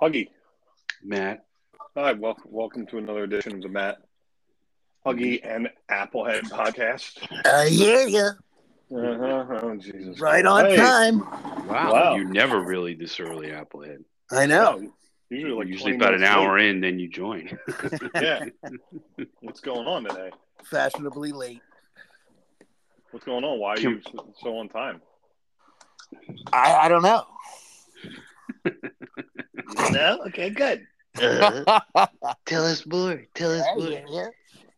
Huggy. Matt. Hi, welcome, welcome to another edition of the Matt Huggy and Applehead podcast. Uh, yeah, yeah. Uh-huh. Oh, Jesus. Right on Hey. time. Wow, Wow. you never really this early, Applehead. I know. Usually, like 20 Usually about an minutes hour in, then you join. late. Yeah. What's going on today? Fashionably late. What's going on? Why are you so- so on time? I, I don't know. No? Okay, good. Uh, Uh-huh. Tell us more. Tell us yeah, yeah, yeah.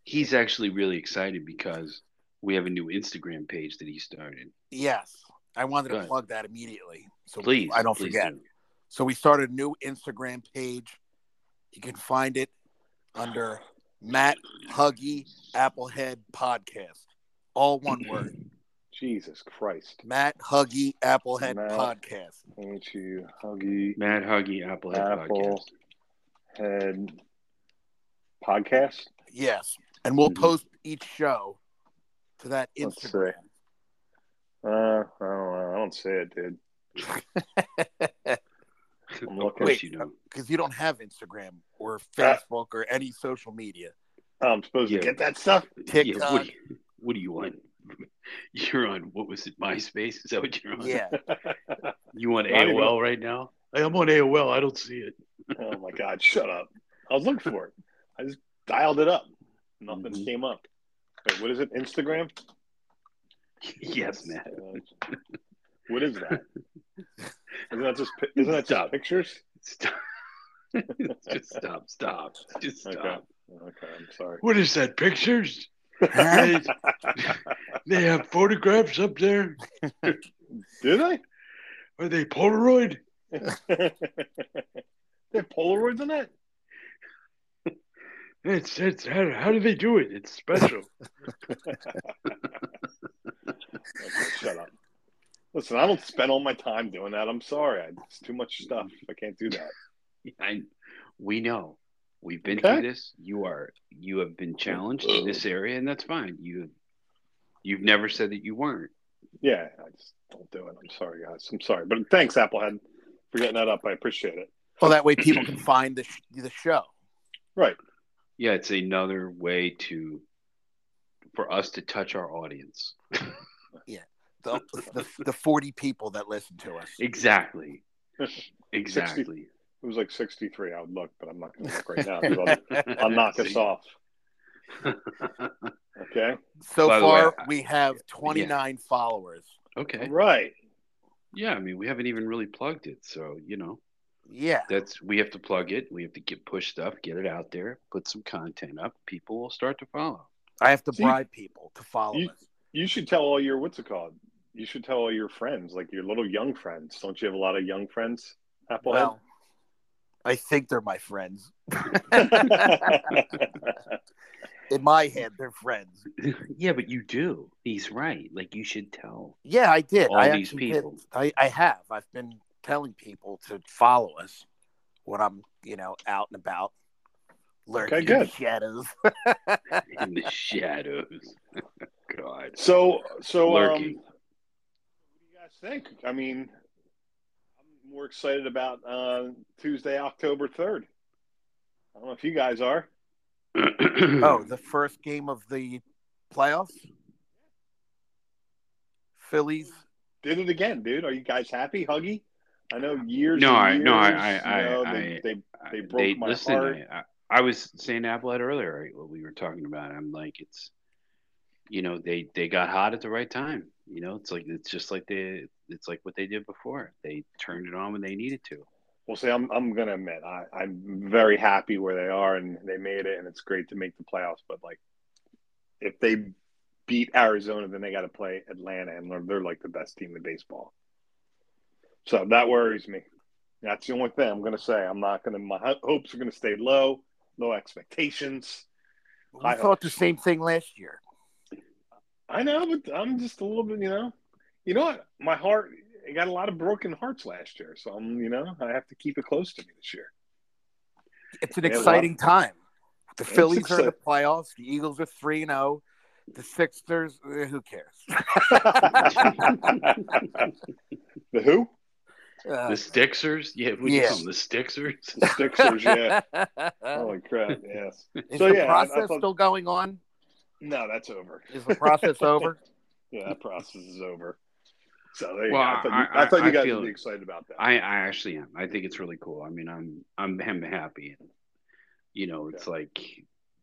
He's actually really excited because we have a new Instagram page that he started. Yes. I wanted to Good. plug that immediately. So Please, I don't please forget. do. So we started a new Instagram page. You can find it under Matt Huggy Applehead Podcast. All one word. Jesus Christ. Matt Huggy Applehead Matt. Podcast. Ain't you, Huggy Matt Huggy Applehead Apple. Apple. Head Podcast? Yes. And we'll Mhm. post each show to that Let's see. Instagram. Uh, I don't know. I don't say it, dude. I'm Of looking. course Wait. you know. because you don't have Instagram Uh, or Facebook or any social media. I'm supposed Yeah. to get that stuff. Yeah, TikTok. what, do you, what do you want? You're on what was it? MySpace? Is that what you're on? Yeah, You want Not even- AOL right now? I'm on AOL. I don't see it. oh my god, shut up. I was looking for it. I just dialed it up. Nothing Mhm. came up. Wait, what is it? Instagram? yes, Matt. Uh, what is that? Isn't that just pi- isn't that Stop. just pictures? Stop. Just stop. Stop. Just stop. Okay. Oh, Okay, I'm sorry. What is that? Pictures? They have photographs up there. Did I? Are they Polaroid? They're Polaroids in that? It's it's how, how do they do it? It's special. Okay, shut up. Listen, I don't spend all my time doing that. I'm sorry. I, it's too much stuff. I can't do that. I, we know. We've been Okay. through this. You are you have been challenged in this area, and that's fine. You you've never said that you weren't. Yeah, I just don't do it. I'm sorry, guys. I'm sorry. But thanks, Applehead, for getting that up. I appreciate it. well, that way people can find the sh- the show. Right. Yeah, it's another way to for us to touch our audience. The, the the forty people that listen to us. Exactly. Exactly. It was like 63. I would look, but I'm not going to look right now. 'cause I'll, I'll knock us off. Okay. So By the far, way, I- we have twenty nine followers. okay. Right. Yeah, I mean we haven't even really plugged it, so you know. Yeah, that's we have to plug it. We have to get push stuff, get it out there, put some content up. People will start to follow. I have to See? bribe people to follow You- us. You should tell all your, what's it called? You should tell all your friends, like your little young friends. Don't you have a lot of young friends, Applehead? Well, I think they're my friends. In my head, they're friends. yeah, but you do. He's right. Like you should tell. Yeah, I did. All I these actually did. people. I, I have. I've been telling people to follow us when I'm, you know, out and about, lurking Okay, in the good. shadows. In the shadows. God. so, so, um, what do you Lurking. guys think? I mean, I'm more excited about uh, Tuesday, October 3rd. I don't know if you guys are. Oh, the first game of the playoffs? Phillies. did it again, dude. Are you guys happy, Huggy? I know years. No, and I- years, no, I- I- you know, they, I- they, They broke my listen, heart. I, I, I was saying Applehead earlier, right, what we were talking about. I'm like, it's, you know, they they got hot at the right time. You know, it's like it's just like they it's like what they did before. They turned it on when they needed to. well, see, I'm, I'm gonna admit, I, I'm very happy where they are, and they made it, and it's great to make the playoffs. But like, if they beat Arizona, then they got to play Atlanta, and they're, they're like the best team in baseball. So that worries me. That's the only thing I'm gonna say. I'm not gonna. My ho- hopes are gonna stay low. Low expectations. We I thought the same thing last year. I know, but I'm just a little bit, you know. You know what? My heart it got a lot of broken hearts last year, so I'm, you know, I have to keep it close to me this year. It's an Yeah, well, exciting time. The It's Phillies are in the playoffs. The Eagles are 3 0. The Sixers, eh, who cares? the who? Uh, The Stixers? Yeah, we Yeah. call them the Stixers. Sixers, yeah. Holy crap! Yes. Is So, the yeah, I- I process thought- still going on? No, that's over. Is the process over? Yeah, that process is over. So there you Well, go. I thought you, I- I, I- thought you I guys feel- would be excited about that. I, I actually am. I think it's really cool. I mean, I'm I'm him happy, and you know, it's like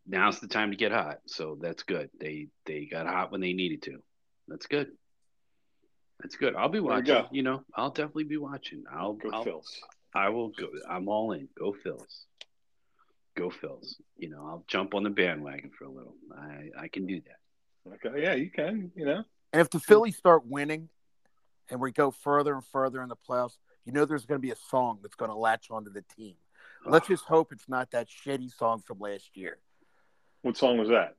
now's the time to get hot. So that's good. They they got hot when they needed to. That's good. That's good. I'll be There you watching. You, go. know, I'll definitely be watching. I'll Go I'll, Phils. I will go. I'm all in. Go Phils. Go Phils. You know, I'll jump on the bandwagon for a little. I I can do that. Okay, yeah, you can. You know, And if the Phillies start winning and we go further and further in the playoffs, you know there's going to be a song that's going to latch onto the team. Let's just hope it's not that shitty song from last year, what song was that?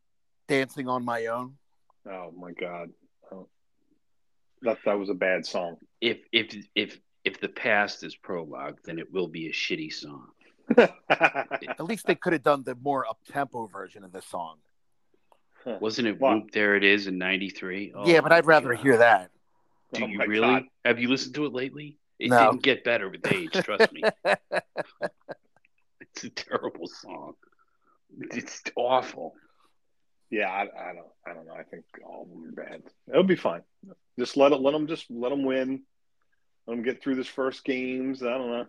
Dancing on My Own. Oh my god, oh. that that was a bad song. if if if if the past is prologue, then it will be a shitty song. At least they could have done the more up tempo version of the song. Wasn't it What? Whoop There It Is in 93? Oh, yeah, but I'd my rather God. hear that. Do Oh you my really? God. Have you listened to it lately? It No. didn't get better with age, trust me. it's a terrible song. It's awful. Yeah, I, I don't, I don't know. I think all of them are bad. It'll be fine. Just let it, let them, just let them win. Let them get through this first games. I don't know.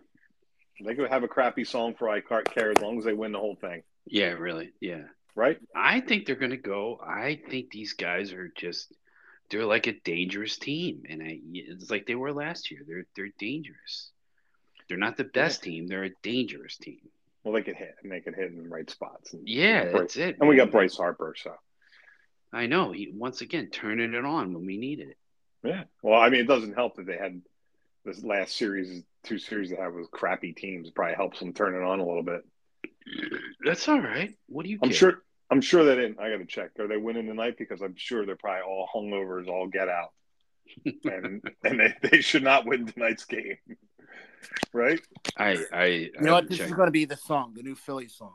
They could have a crappy song for I can't care as long as they win the whole thing, Yeah, really. Yeah. right? I think they're going to go. I think these guys are just they're like a dangerous team and I it's like they were last year. They're they're dangerous. They're not the best team, they're a dangerous team. Well, they could hit and they could hit in the right spots. And, Yeah, Bryce- that's it. and we man. got Bryce Harper, so I know. He once again turning it on when we needed it. yeah. Well, I mean, it doesn't help that they had this last series, two series they had with crappy teams. Probably helps them turn it on a little bit. That's all right. What do you? I'm care? sure. I'm sure they didn't. I got to check. Are they winning tonight? Because I'm sure they're probably all hungovers, all get out, and and they, they should not win tonight's game, right? I. I. You You know what? This is going to be the song, the new Philly song.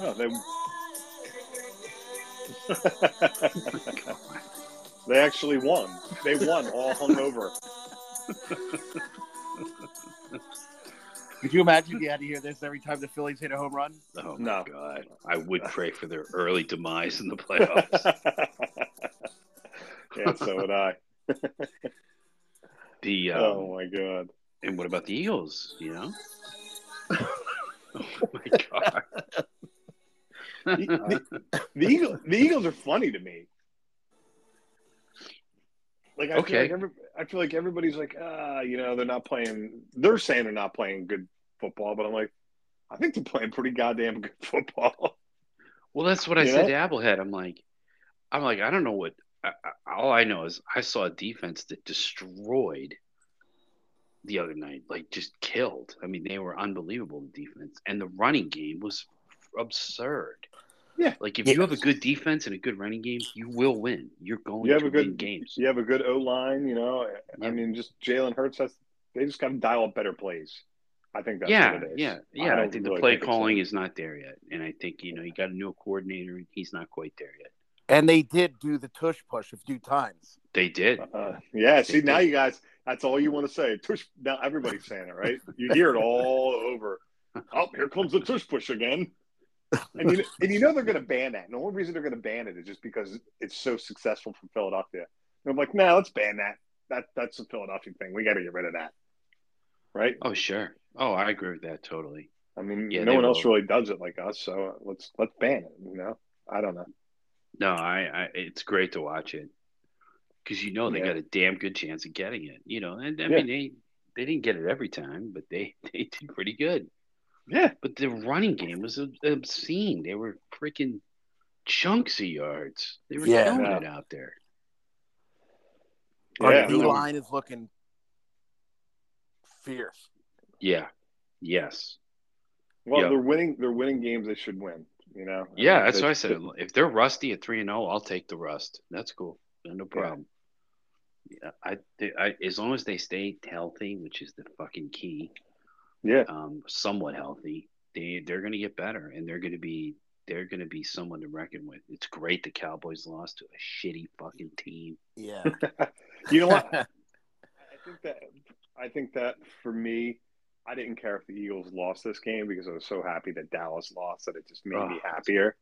Oh, they they actually won. They won all hungover. Could you imagine if you had to hear this every time the Phillies hit a home run? Oh my No. god! I would pray for their early demise in the playoffs. yeah, so would I. the um, Oh my god. and what about the Eagles? You know. oh my god! the, the Eagles, the Eagles are funny to me. Like I feel Okay. like every, I feel like everybody's like, ah, you know, they're not playing. They're saying they're not playing good football, but I'm like, I think they're playing pretty goddamn good football. Well, that's what I You said know? to Applehead. I'm like, I'm like, I don't know what. I, I, all I know is I saw a defense that destroyed the other night, like just killed. I mean, they were unbelievable the defense, and the running game was absurd. Yeah. like if Yeah. you have a good defense and a good running game, you will win. You're going You have to a good- win games. You have a good O line, you know. I Yeah. mean, just Jalen Hurts. That's, they just got to dial up better plays. I think that's yeah, what it is. yeah, yeah. I, don't think the really play it's- calling is not there yet, and I think you know you got a new coordinator, and he's not quite there yet. And they did do the tush push a few times. They did. Uh, yeah, see now you guys, that's all you want to say. Tush. Now everybody's saying it, right? You hear it all over. Oh, here comes the tush push again. And you, and you know they're going to ban that. And the only reason they're going to ban it is just because it's so successful from Philadelphia. And I'm like, no, let's ban that. That that's a Philadelphia thing. We got to get rid of that, right? Oh sure. Oh, I agree with that totally. I mean, Yeah, no they one else will. really does it like us, so let's let's ban it. You know, I don't know. No, I, I it's great to watch it because you know they Yeah. got a damn good chance of getting it. You know, and I Yeah. mean they they didn't get it every time, but they they did pretty good. Yeah, But the running game was ob- obscene. They were freaking chunks of yards. They were Yeah. killing Yeah. it out there. Our yeah. D no. line is looking fierce. Yeah. Yes. Well, Yeah. they're winning. They're winning games they should win. You know. Yeah, mean, that's they- what I said. If they're rusty at three and zero, I'll take the rust. That's cool. No problem. Yeah, I, I as long as they stay healthy, which is the fucking key. Yeah. um, somewhat healthy, they they're going to get better, and they're going to be they're going to be someone to reckon with. It's great the Cowboys lost to a shitty fucking team. Yeah. You know what? I think that I think that for me, I didn't care if the Eagles lost this game because I was so happy that Dallas lost that it just made me Oh. happier.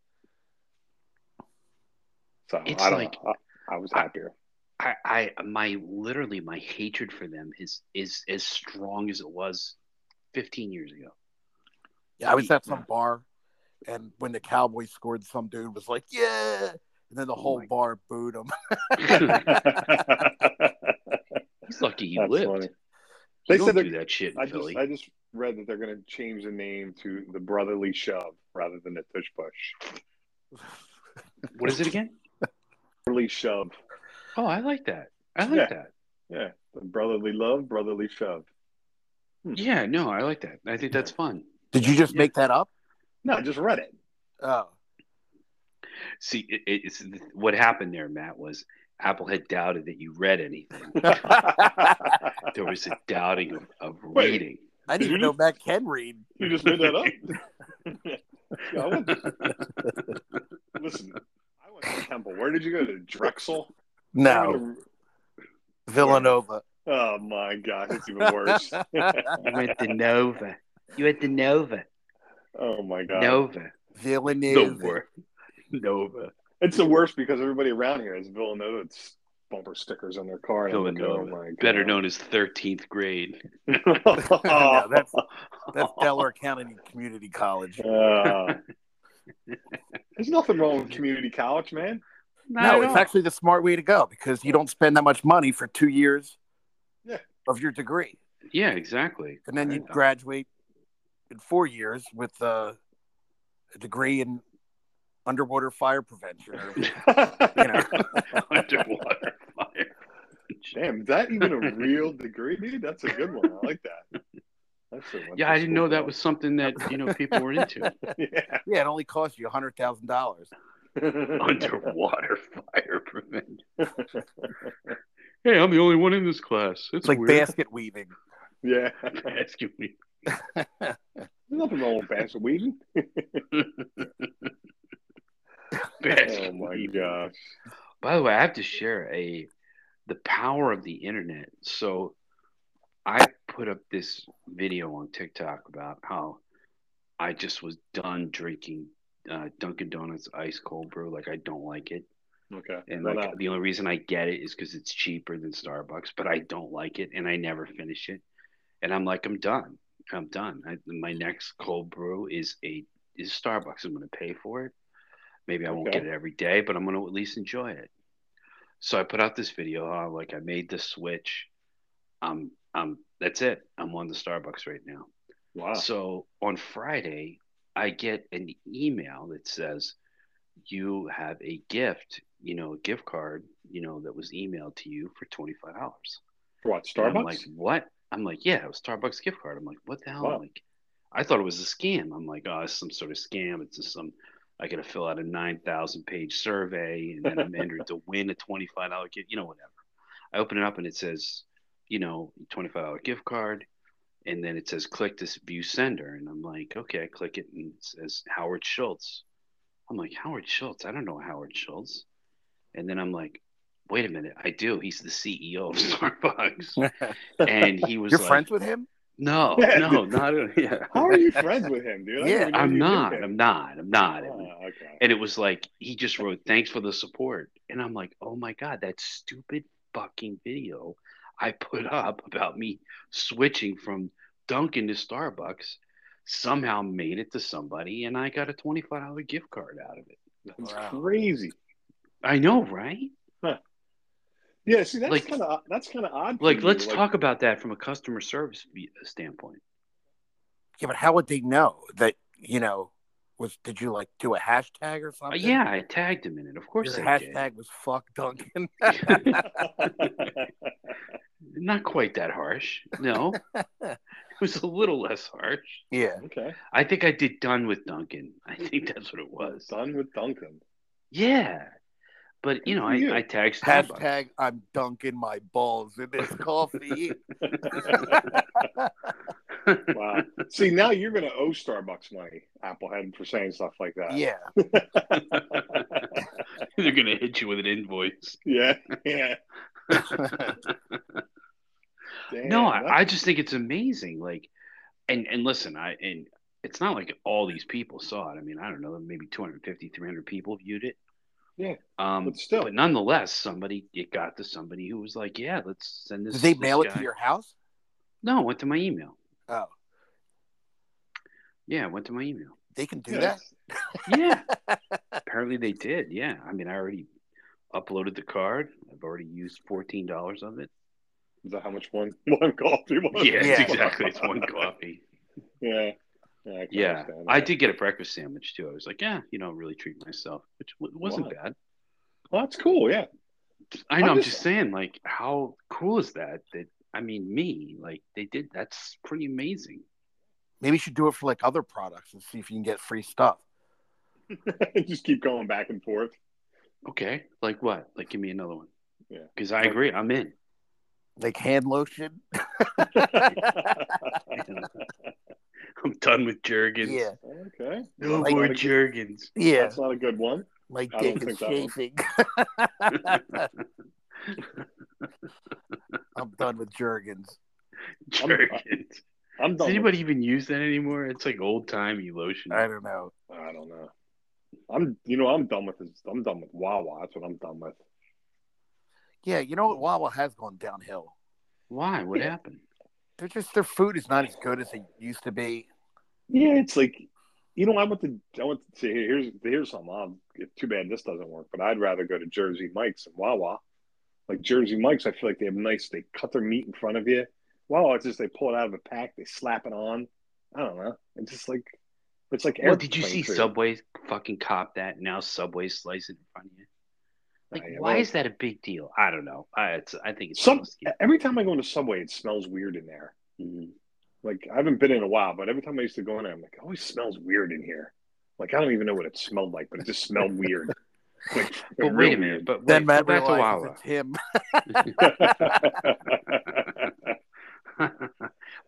So It's I don't like- know. I, I was happier. I, I my literally my hatred for them is is as strong as it was 15 years ago. Yeah, I was at some bar, and when the Cowboys scored, some dude was like, "Yeah," and then the Oh whole my- bar booed him. He's lucky he That's lived. funny. They They don't said do they're- that shit in I Philly. just I just read that they're going to change the name to the Brotherly Shove rather than the Tush Push. What is it again? Brotherly Shove, Oh, I like that. I like Yeah. that. yeah, the brotherly love, brotherly shove. Yeah, no, I like that. I think that's fun. Did you just make that up? No, I just read it. Oh, See, it, it's what happened there, Matt, was Apple had doubted that you read anything. There was a doubting of, of Wait. reading. I didn't even know Mm-hmm. Matt can read. You just made that up. Yeah, I went listen, I went to Temple. Where did you go to Drexel? No, Villanova. Oh my god, it's even worse. You went to Nova. You went to Nova. oh my god, Nova. Villanova. Nova. it's the worst because everybody around here has Villanova it's bumper stickers on their car. and I'm like, Villanova. oh my god. Better known as 13th grade. Oh. No, that's that's Delaware County Community College. Uh, there's nothing wrong with community college, man. No, at it's all. actually the smart way to go because you don't spend that much money for two years Yeah. of your degree, Yeah, exactly. and then you Right. graduate in four years with uh, a degree in underwater fire prevention. or Underwater fire. Damn, is that even a real degree? Maybe that's a good one. I like that. That's the one Yeah, I didn't know that for. was something that, you know, people were into. yeah. Yeah, it only costs you hundred thousand dollars. Underwater fire prevention. Hey, I'm the only one in this class. It's, It's like weird. basket weaving. yeah. Basket weaving. There's nothing wrong with basket weaving. Basket Oh my weaving. gosh. By the way, I have to share a the power of the internet. So I put up this video on TikTok about how I just was done drinking uh, Dunkin' Donuts ice cold brew. Like I don't like it, Okay. and Why like not? the only reason I get it is because it's cheaper than Starbucks. But I don't like it, and I never finish it. And I'm like, I'm done. I'm done. I, my next cold brew is a is Starbucks. I'm going to pay for it. Maybe I won't Okay. get it every day, but I'm going to at least enjoy it. So I put out this video. How, like I made the switch. I'm I'm that's it. I'm on the Starbucks right now. wow. So on Friday, I get an email that says you have a gift, you know, a gift card, you know, that was emailed to you for twenty five dollars. what, And Starbucks? I'm like, what? I'm like, yeah, it was Starbucks gift card. I'm like, what the hell? Wow. I'm like, I thought it was a scam. I'm like, oh, it's some sort of scam. It's just some. I got to fill out a nine thousand page survey and then I'm entered to win a twenty five dollar gift. You know, whatever. I open it up and it says, you know, twenty five dollar gift card, and then it says click this view sender, and I'm like, okay, I click it and it says Howard Schultz. I'm like Howard Schultz. I don't know Howard Schultz, and then I'm like, wait a minute, I do. He's the CEO of Starbucks and he was You're like, friends with him? No, Yeah. no, not yeah. How are you friends with him, dude? I Yeah. didn't even know I'm you knew not. him. I'm not. I'm not. Oh, okay. And it was like he just wrote, "Thanks for the support," and I'm like, "Oh my god, that stupid fucking video I put up about me switching from Dunkin' to Starbucks somehow made it to somebody, and I got a twenty five dollar gift card out of it." That's Wow. crazy. I know, right? Yeah, see, that's Like- kind of that's kind of odd. to Like, me, let's talk about that from a customer service v- standpoint. Yeah, but how would they know that you know was? Did you like do a hashtag or Uh, something? yeah, I tagged him in it. Of Your course, I did. hashtag was fuck Duncan. Not quite that harsh. No. it was a little less harsh. yeah, okay, I think I did done with Duncan. I Mm-hmm. think that's what it was. done with Duncan. Yeah. But you know, Good for I, you. I tagged Starbucks. hashtag I'm dunking my balls in this coffee. Wow. See, now you're going to owe Starbucks money, Applehead, for saying stuff like that. Yeah. They're gonna hit you with an invoice. Yeah. Yeah. Damn, no, I, I that's- just think it's amazing. Like, and and listen, I and it's not like all these people saw it. I mean, I don't know, maybe 250, 300 people viewed it. Yeah, Um, but still. but nonetheless, somebody it got to somebody who was like, "Yeah, let's send this." Did they this mail it to guy." your house? No, it went to my email. Oh, Yeah, it went to my email. they can do yeah, that. that's- Yeah, apparently they did. Yeah, I mean, I already uploaded the card. I've already used fourteen dollars of it. Is that how much one one coffee was? Yeah, Yeah. It's exactly. It's one coffee. Yeah. Yeah. I, can Yeah, understand I that. did get a breakfast sandwich too. I was like, yeah, you know, really treat myself, which w- wasn't Wow. bad. Well, that's cool. Yeah. I know. I'm, I'm just, just- saying, like, how cool is that? That I mean, me, like, they did. That's pretty amazing. Maybe you should do it for like other products and see if you can get free stuff. Just keep going back and forth. Okay, like what? Like, give me another one. Yeah. because I agree. I'm in. Like hand lotion. I'm done with Jergens. yeah. Okay. No Like- more Jergens. Yeah. That's not a good one. Like I don't dick is think that one. chafing. I'm done with Jergens. Jergens. I'm Does done. anybody even use that anymore? It's like old timey lotion. I don't know. With, I don't know. I'm, you know, I'm done with this. I'm done with Wawa. That's what I'm done with. Yeah, you know what? Wawa has gone downhill. Why? What Yeah. happened? They're just their food is not as good as it used to be. Yeah, it's like, you know, I went to, I went to see. Here's, here's something. I'll, it's too bad this doesn't work, but I'd rather go to Jersey Mike's and Wawa. Like Jersey Mike's, I feel like they have nice. They cut their meat in front of you. Wawa, it's just they pull it out of a pack, they slap it on. I don't know. It's just like, it's like. Well, did you see airplane food. Subway fucking cop that? Now Subway slice it in front of you. Like, Nah, yeah, why well- is that a big deal? I don't know. I, it's, I think it's Some- eh, risky. Every time I go into Subway, it smells weird in there. Mhm. Like I haven't been in a while, but every time I used to go in, there, I'm like, it always smells weird in here. Like I don't even know what it smelled like, but it just smelled weird. Like, But real wait a minute. But Then wait, go back Matt to realizes Wawa. it's him. weird. but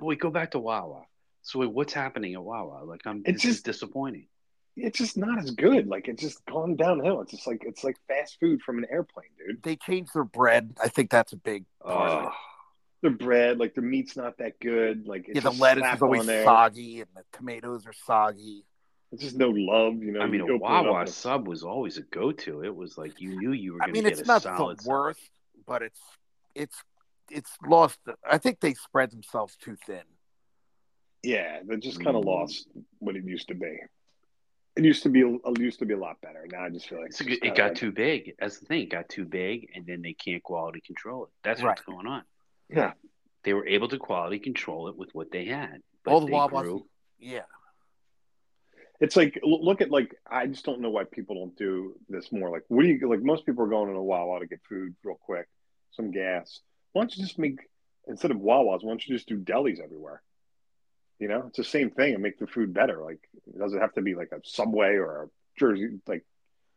wait, go back to Wawa. So wait, what's happening at Wawa? Like, I'm. It's this is just- disappointing. it's just not as good. Like it's just gone downhill. It's just like it's like fast food from an airplane, dude. They changed their bread. I think that's a big part of Oh, it. Their bread, like their meat's not that good. Like it's Yeah, the just lettuce slapped is always on there. soggy and the tomatoes are soggy. It's just no love, you know. I You mean, open a it up Wawa and- sub was always a go-to. It was like you knew you were I going to mean, get it's a not the solid. worst, but it's it's it's lost. I think they spread themselves too thin. Yeah, they're just kind Mm. of lost what it used to be. It used to be it used to be a lot better. Now I just feel like It's it's just it kinda got like- too big. That's the thing. It got too big, and then they can't quality control it. That's what's going on. Yeah. They were able to quality control it with what they had. But All the they Wawas- grew- Yeah, It's like l- look at like I just don't know why people don't do this more. Like what do you like? Most people are going to a Wawa to get food real quick, some gas. Why don't you just make instead of Wawas? Why don't you just do delis everywhere? You know, it's the same thing and make the food better. Like it doesn't have to be like a Subway or a Jersey like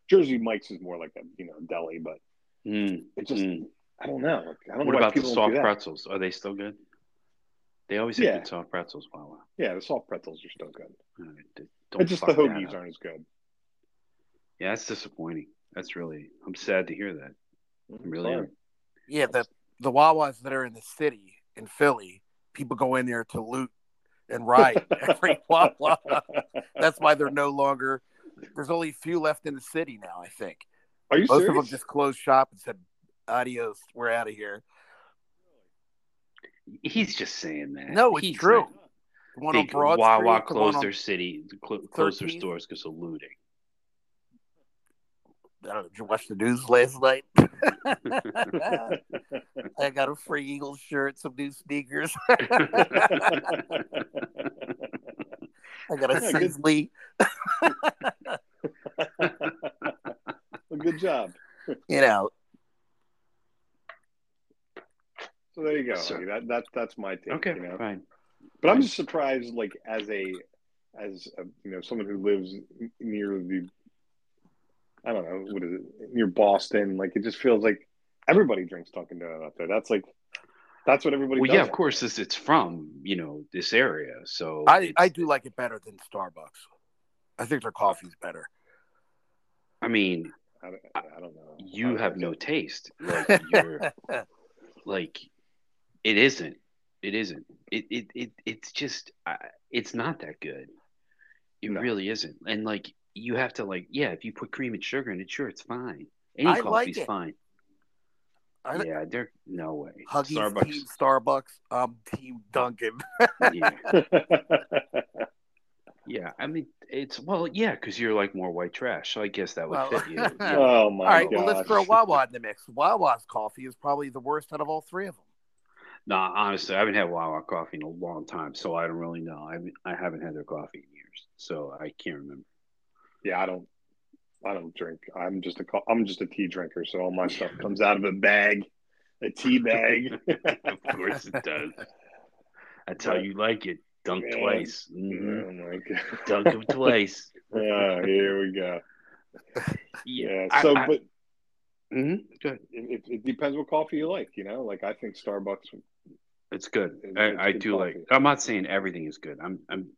Jersey Mike's is more like a you know deli, but Mm, it just mm. I don't know. Like, I don't What know why about the people don't soft do that. pretzels? Are they still good? They always have Yeah. good soft pretzels. Wow, wow. Yeah, the soft pretzels are still good. All right, d- Don't it's just the fuck that hoagies up. aren't as good. Yeah, that's disappointing. That's really. I'm sad to hear that. I really am. yeah. The the Wawas that are in the city in Philly, people go in there to loot and riot every Wawa. That's why they're no longer. There's only a few left in the city now. I think Are you most serious? of them just closed shop and said, "Adios, we're out of here." He's just saying that. No, it's He's true. not- The one on Think Broad Wawa Street, the one closed on- their city, cl- closed their 13th? stores because of looting. I don't know, did you watch the news last night? I got a free Eagles shirt, some new sneakers. I got a Yeah, good. Sisley. well, good job. You know, So there you go. So- that that that's my take. okay, You know? fine. But I'm just surprised, like as a as a, you know, someone who lives n- near the I don't know what is it near Boston. Like it just feels like everybody drinks Dunkin' Donut up there. That's like That's what everybody. Well, does yeah, of now. course, this it's from you know this area, so I, it's- I do like it better than Starbucks. I think their coffee's better. I mean, I don't, I don't know. I you don't have know. no taste. Like you're like it isn't it isn't it it, it it's just uh, it's not that good it No. really isn't and like you have to like yeah if you put cream and sugar in it sure it's fine any I like coffee's it. fine I li- yeah there no way Huggies, starbucks Team Starbucks. I'm Team Duncan. yeah yeah i mean it's well yeah because you're like more white trash so i guess that would Well- fit you yeah. oh my all right, god! well, let's throw Wawa in the mix. Wawa's coffee is probably the worst out of all three of them. no honestly i haven't had wawa coffee in a long time so i don't really know i haven't- i haven't had their coffee in years so i can't remember yeah, I don't. I don't drink. I'm just a. co- I'm just a tea drinker, so all my stuff comes out of a bag, a tea bag. of course it does. That's how But- you like it. Dunk Yeah. twice. Mhm. oh my god! Dunk them twice. Yeah, here we go. Yeah. I- So, I- but mm-hmm. mhm, good. it, it, it depends what coffee you like. You know, like I think Starbucks. It's good. It's- it's I, I good do like. coffee. I'm not saying everything is good. I'm. I'm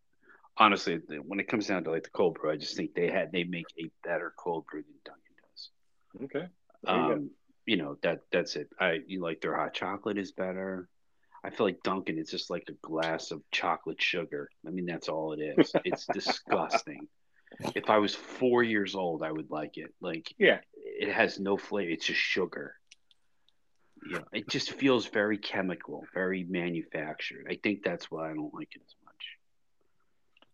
honestly, when it comes down to like the cold brew, I just think they had they make a better cold brew than Dunkin' does. Okay. There you go. um, you know that that's it. I you like their hot chocolate is better. I feel like Dunkin' it's just like a glass of chocolate sugar. I mean that's all it is. It's disgusting. If I was four years old, I would like it. Like Yeah. it has no flavor. It's just sugar. You know, it just feels very chemical, very manufactured. I think that's why I don't like it as much.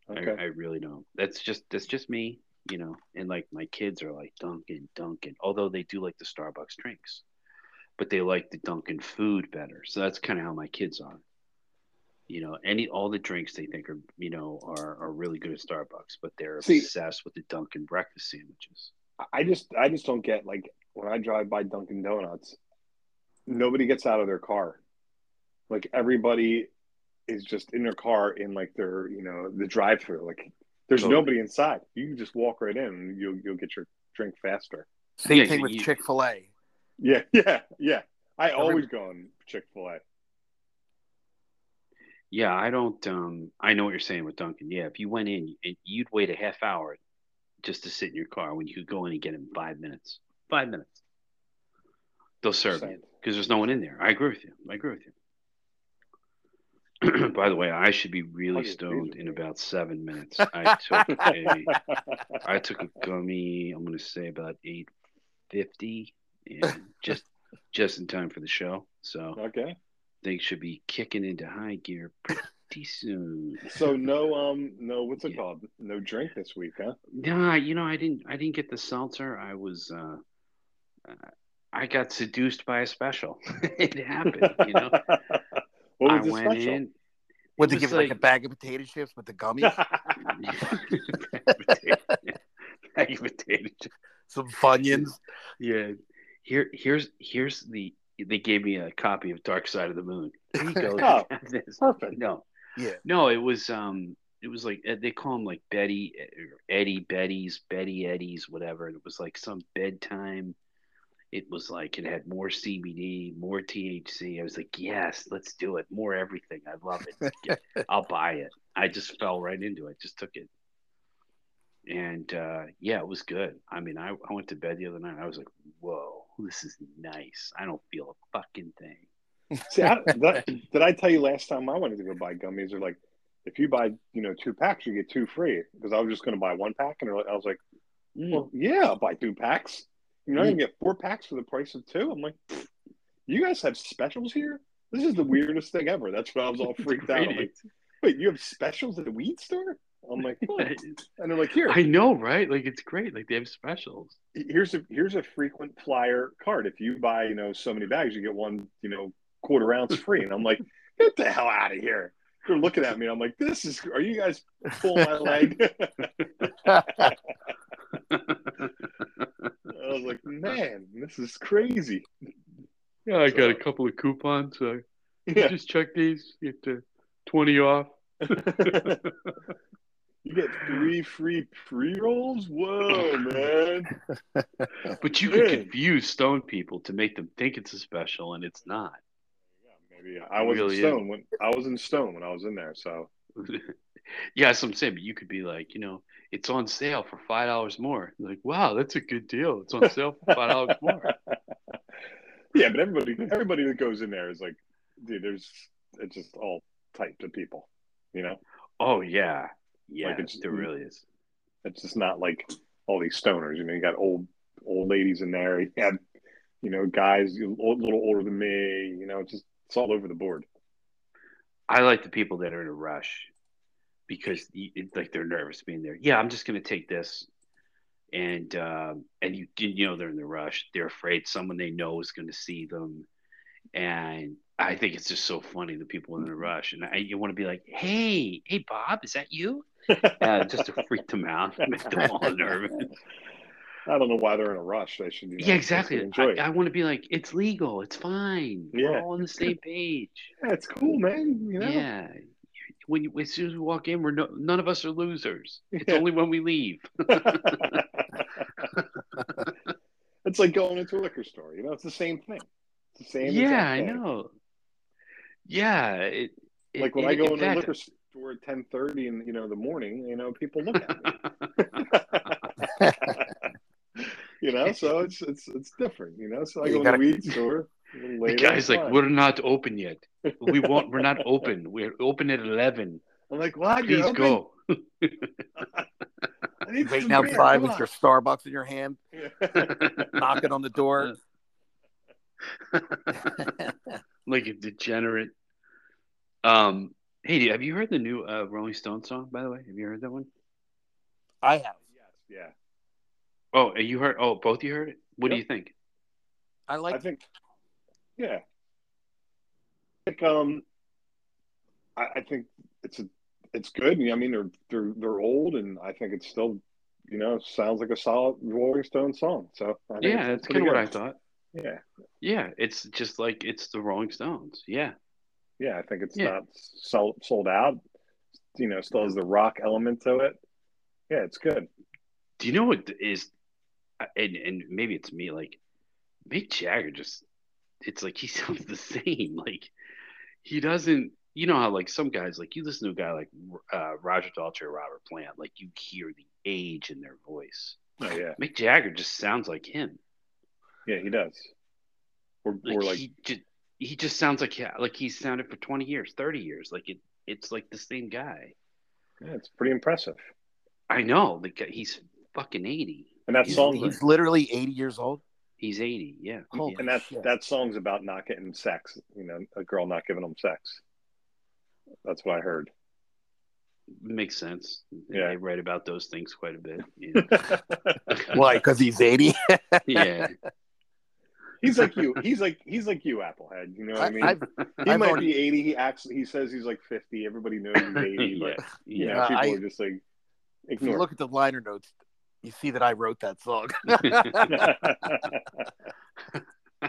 I, Okay. I really don't. That's just that's just me, you know. And like my kids are like Dunkin', Dunkin'. Although they do like the Starbucks drinks, but they like the Dunkin' food better. So that's kind of how my kids are. You know, any all the drinks they think are you know are are really good at Starbucks, but they're See- obsessed with the Dunkin' breakfast sandwiches. I just I just don't get like when I drive by Dunkin' Donuts, nobody gets out of their car. Like everybody is just in their car in like their you know the drive through. Like there's Totally. nobody inside. You can just walk right in. And you'll you'll get your drink faster. Same Yeah, thing with you- Chick Fil A. Yeah, yeah, yeah. I always go on Chick Fil A. Yeah, I don't. Um, I know what you're saying with Dunkin'. Yeah, if you went in, it- you'd wait a half hour just to sit in your car when you could go in and get it in five minutes. Five minutes. They'll serve you Same. because there's no one in there. I agree with you. I agree with you. By the way, I should be really Fucking stoned crazy, in man. about seven minutes. I took a, I took a gummy. I'm gonna say about eight fifty, and just just in time for the show. So okay. they should be kicking into high gear pretty soon. So no um no what's it Yeah. called? No drink this week, huh? Nah, you know, I didn't. I didn't get the seltzer. I was. Uh, uh, I got seduced by a special. it happened. You know, what I was the went special? in. Would they was give like, like- a bag of potato chips with the gummies, Bag of potato chips. some Funyuns? Yeah. Here, here's here's the. They gave me a copy of Dark Side of the Moon. Here you go. Oh, Have this. Perfect. No. Yeah. No, it was um it was like eh, they call them like Betty or Eddie Betty's Betty Eddie's whatever and it was like some bedtime it was like it had more CBD, more THC. I was like, "Yes, let's do it. More everything. I love it. Yeah, I'll buy it." I just fell right into it. Just took it. And uh, yeah, it was good. I mean, I, I went to bed the other night. I was like, "Whoa, this is nice. I don't feel a fucking thing." See, I, that, did I tell you last time I wanted to go buy gummies? They're like, if you buy, you know, two packs, you get two free. Because I was just going to buy one pack, and they're like- I was like, well, yeah, I'll buy two packs. You know, I can get four packs for the price of two. I'm like, "Pfft, you guys have specials here. This is the weirdest thing ever. That's what I was all freaked out. I'm like, wait, you have specials at a weed store? I'm like, "Huh." Right? and they're like, here, I know, right? Like it's great. Like they have specials. here's a here's a frequent flyer card. If you buy, you know, so many bags, you get one, you know, quarter ounce free. And I'm like, get the hell out of here. They're looking at me. I'm like, this is. Are you guys pulling my leg? I was like, man, this is crazy. Yeah, I got a couple of coupons. So Yeah. just check these. You get to twenty off. you get three free pre rolls. Whoa, man! But you can Hey. confuse stone people to make them think it's a special and it's not. Yeah, Yeah, I was Really in is. Stone when I was in Stone when I was in there. So yeah, that's what I'm saying. But you could be like, you know, it's on sale for five dollars more. You're like, wow, that's a good deal. It's on sale for five dollars more. yeah, but everybody everybody that goes in there is like, dude, there's it's just all types of people. You know, Oh yeah, yeah, Like, it's- there really is. it's just not like all these stoners. You know, you got old old ladies in there. You had you know guys a little older than me. You know, it's just it's all over the board. I like the people that are in a rush because you- it's like they're nervous being there. Yeah, I'm just going to take this, and um, and you you know they're in the rush. They're afraid someone they know is going to see them, and I think it's just so funny the people Mm-hmm. in the rush. And I, you want to be like, hey, hey, Bob, is that you? Uh, just to freak them out, make them all nervous. I don't know why they're in a rush. They should. You know, yeah, they should exactly. Enjoy I, it. I want to be like, it's legal, it's fine. We're Yeah. all on the same page. yeah, it's cool, man. You know, Yeah. When you, as soon as we walk in, we're no, none of us are losers. It's Yeah. only when we leave. it's like going into a liquor store. You know, it's the same thing. It's the same. yeah, exact I thing. know. Yeah, it, it- Like when it- I go in in a fact- liquor store at ten thirty in you know the morning, you know, people look at me. you know, so it's it's it's different. You know, so I You go gotta- in the weed store. a little the later, guy's it's like, fine. "We're not open yet. We won't. We're not open. We're open at eleven. I'm like, why? Please go." Waiting outside with your Starbucks in your hand, knocking on the door. like a degenerate. Um. Hey, have you heard the new uh, Rolling Stone song? By the way, have you heard that one? I have. Yeah, Oh, you heard? Oh, both you heard it. What do Yep. you think? I I like. think, yeah, I think um, I, I think it's a it's good. I mean, they're they're they're old, and I think it's still, you know, sounds like a solid Rolling Stone song. So I think Yeah, that's kind of what I thought. Yeah, Yeah, it's just like it's the Rolling Stones. Yeah, yeah, I think it's Yeah. not sold sold out. You know, still has the rock element to it. Yeah, it's good. do you know what is uh, and and maybe it's me like mick jagger just it's like he sounds the same like he doesn't you know how like some guys like you listen to a guy like uh, roger daltrey or robert plant like you hear the age in their voice Oh yeah, mick jagger just sounds like him yeah, he does. Or like, or like he just he just sounds like yeah, like he sounded for 20 years 30 years like it it's like the same guy yeah, it's pretty impressive. i know like he's fucking 80 And that He's- song's He's literally 80 years old. he's 80 yeah Holy and that shit. that song's about not getting sex. You know, a girl not giving him sex. That's what I heard. makes sense. Yeah. They write about those things quite a bit. Yeah. Why? Because he's 80. yeah. he's like you. He's like he's like you, Applehead. You know what I, mean? I, have he I've might already- be eighty. He acts. He says he's like fifty. Everybody knows he's eighty, yeah. but you Yeah. know, Yeah, people I- are just like if you ignore. look at the liner notes, you see that I wrote that song.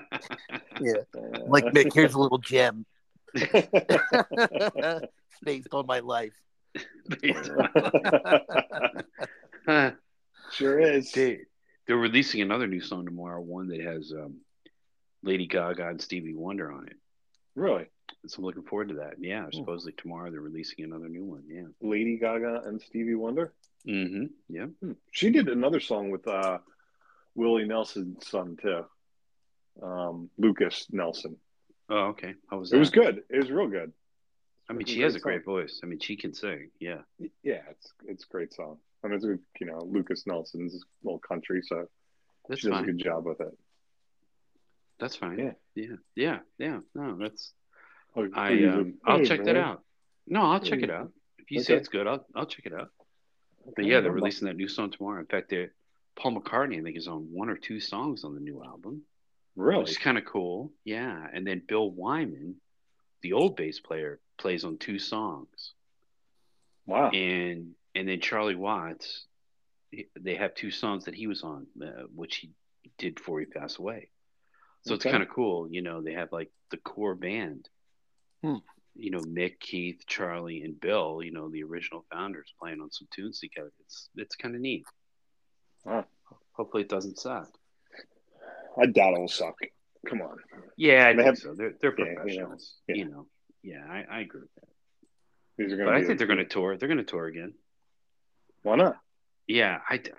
like, Mick, here's a little gem. it's based on my life. Huh. sure is. they, they're releasing another new song tomorrow, one that has um, Lady Gaga and Stevie Wonder on it. Really, So I'm looking forward to that. Yeah, supposedly tomorrow they're releasing another new one. Yeah. Lady Gaga and Stevie Wonder. Mm-hmm. Yeah. Hmm. She did another song with uh, Willie Nelson's son too, um, Lucas Nelson. Oh, okay. How was It that? was good. It was real good. I mean, It's she has a song. great voice. I mean, she can sing. Yeah. Yeah, it's it's a great song. I mean, it's a, you know Lucas Nelson's a little country, so That's she does a fine. good job with it. That's fine. Yeah. Yeah. Yeah. Yeah. No, that's Like, I he's um, a- I'll oh, hey, check that man. out. No, I'll check it out. If you say Okay. it's good, I'll I'll check it out. But Okay, yeah, they're I'm- releasing that new song tomorrow. In fact, they Paul McCartney I think is on one or two songs on the new album, which Really? is kind of cool. Yeah, and then Bill Wyman, the old bass player, plays on two songs, Wow. and and then Charlie Watts, he- they have two songs that he was on, uh, which he did before he passed away. So it's Okay. kind of cool, you know. They have like the core band, Hmm. you know, Mick, Keith, Charlie, and Bill, you know, the original founders playing on some tunes together. It's it's kind of neat. Wow. Hopefully, it doesn't suck. I doubt it'll suck. Come on. Yeah, I They think have- so. They're, they're yeah, you know, professionals. yeah. You know, yeah, I, I agree with that. These are But going I be think the- they're going to tour. They're going to tour again. Why not? Yeah, I d-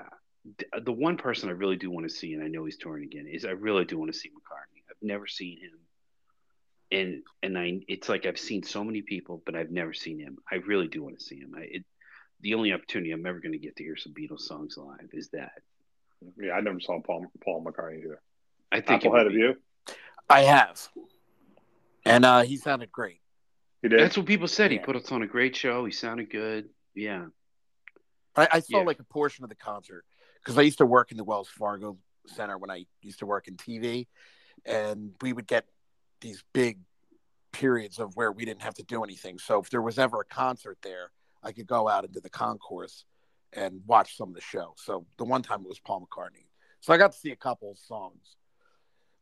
uh, the one person I really do want to see, and I know he's touring again, is I really do want to see McCartney. I've never seen him, and and I it's like I've seen so many people, but I've never seen him. I really do want to see him. I it, the only opportunity I'm ever going to get to hear some Beatles songs live is that. Yeah, I never saw Paul Paul McCartney either. I think it would Applehead of be- you. I have, and uh, he sounded great. He did. That's what people said. He Yeah. put us on a great show. He sounded good. Yeah. I, I saw Yeah. like a portion of the concert because I used to work in the Wells Fargo Center when I used to work in TV, and we would get these big periods of where we didn't have to do anything. So if there was ever a concert there, I could go out into the concourse and watch some of the show. So the one time it was Paul McCartney, so I got to see a couple of songs.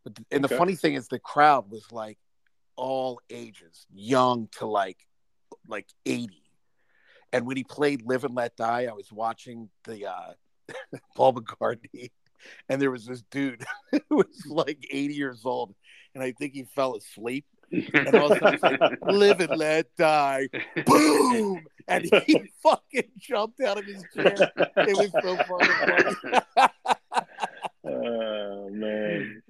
But th- and Okay. the funny thing is, the crowd was like all ages, young to like like eighty. And when he played "Live and Let Die," I was watching the uh, Paul McCartney, and there was this dude who was like 80 years old, and I think he fell asleep. And all of a sudden, it's like, "Live and Let Die," boom, and he fucking jumped out of his chair. It was so fucking funny. oh man.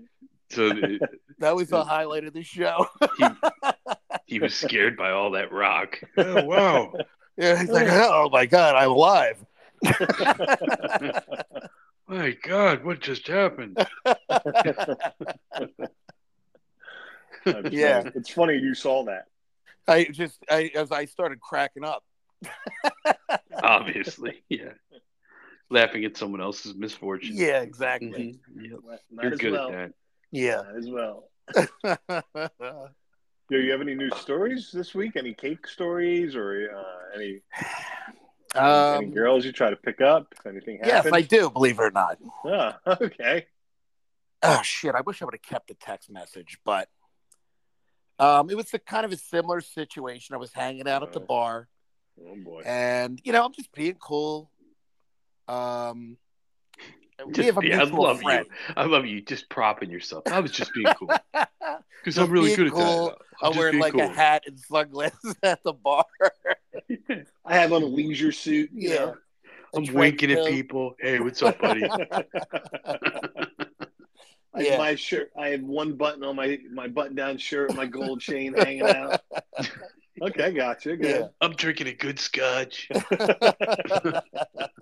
so th- That was the highlight of the show. he, he was scared by all that rock. Oh, wow. Yeah, he's like, "Oh my god, I'm alive." My God, what just happened? That's Yeah. funny. It's funny you saw that. I just, I as I started cracking up. Obviously, yeah. Laughing at someone else's misfortune. Yeah, exactly. Mhm. Yep. Might You're as good well. at Yeah. Might as well. uh, Do you have any new stories this week? Any cake stories or uh, any any Um, girls you try to pick up? Anything yes, I happened? do, believe it or not. Ah, okay. Oh shit, I wish I would have kept the text message, but um, it was a kind of a similar situation. I was hanging out at the Uh. bar Oh boy. and you know, I'm just being cool. Um we Just have a be- I mutual love you. friend. that. I love you just propping yourself. I was just being cool because I'm Just really being good cool. at that. I'm just wearing being like a cool. hat and sunglasses at the bar. I have on a leisure suit. you Yeah. I'm trench winking at coat. people. Hey, what's up, buddy? I Yeah. have my shirt. I have one button on my my button down shirt, my gold chain hanging out. Okay, gotcha. Good. I'm drinking a good scotch.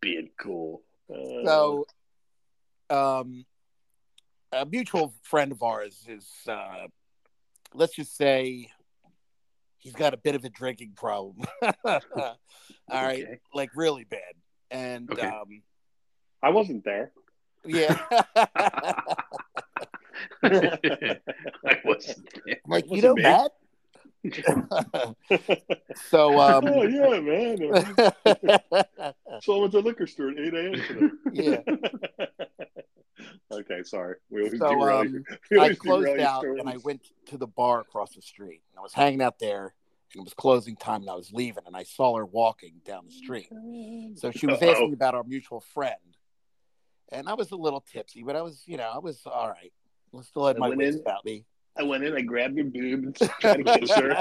being cool. Uh, so Oh. um a mutual friend of ours is uh let's just say he's got a bit of a drinking problem all right Okay. like really bad and Okay. um I wasn't there. yeah I wasn't. there. like you Wasn't know me. that so oh um yeah, man. So at the liquor store at eight a.m. today. yeah okay, sorry. We always so derail um you. We I always derail closed your out and I stories. went to the bar across the street. And I was hanging out there and it was closing time and I was leaving and I saw her walking down the street. So she was Uh-oh. asking about our mutual friend. And I was a little tipsy, but I was, you know, I was all right. I still had I my went wits in. about me. I went in. I grabbed her boob and tried to kiss her.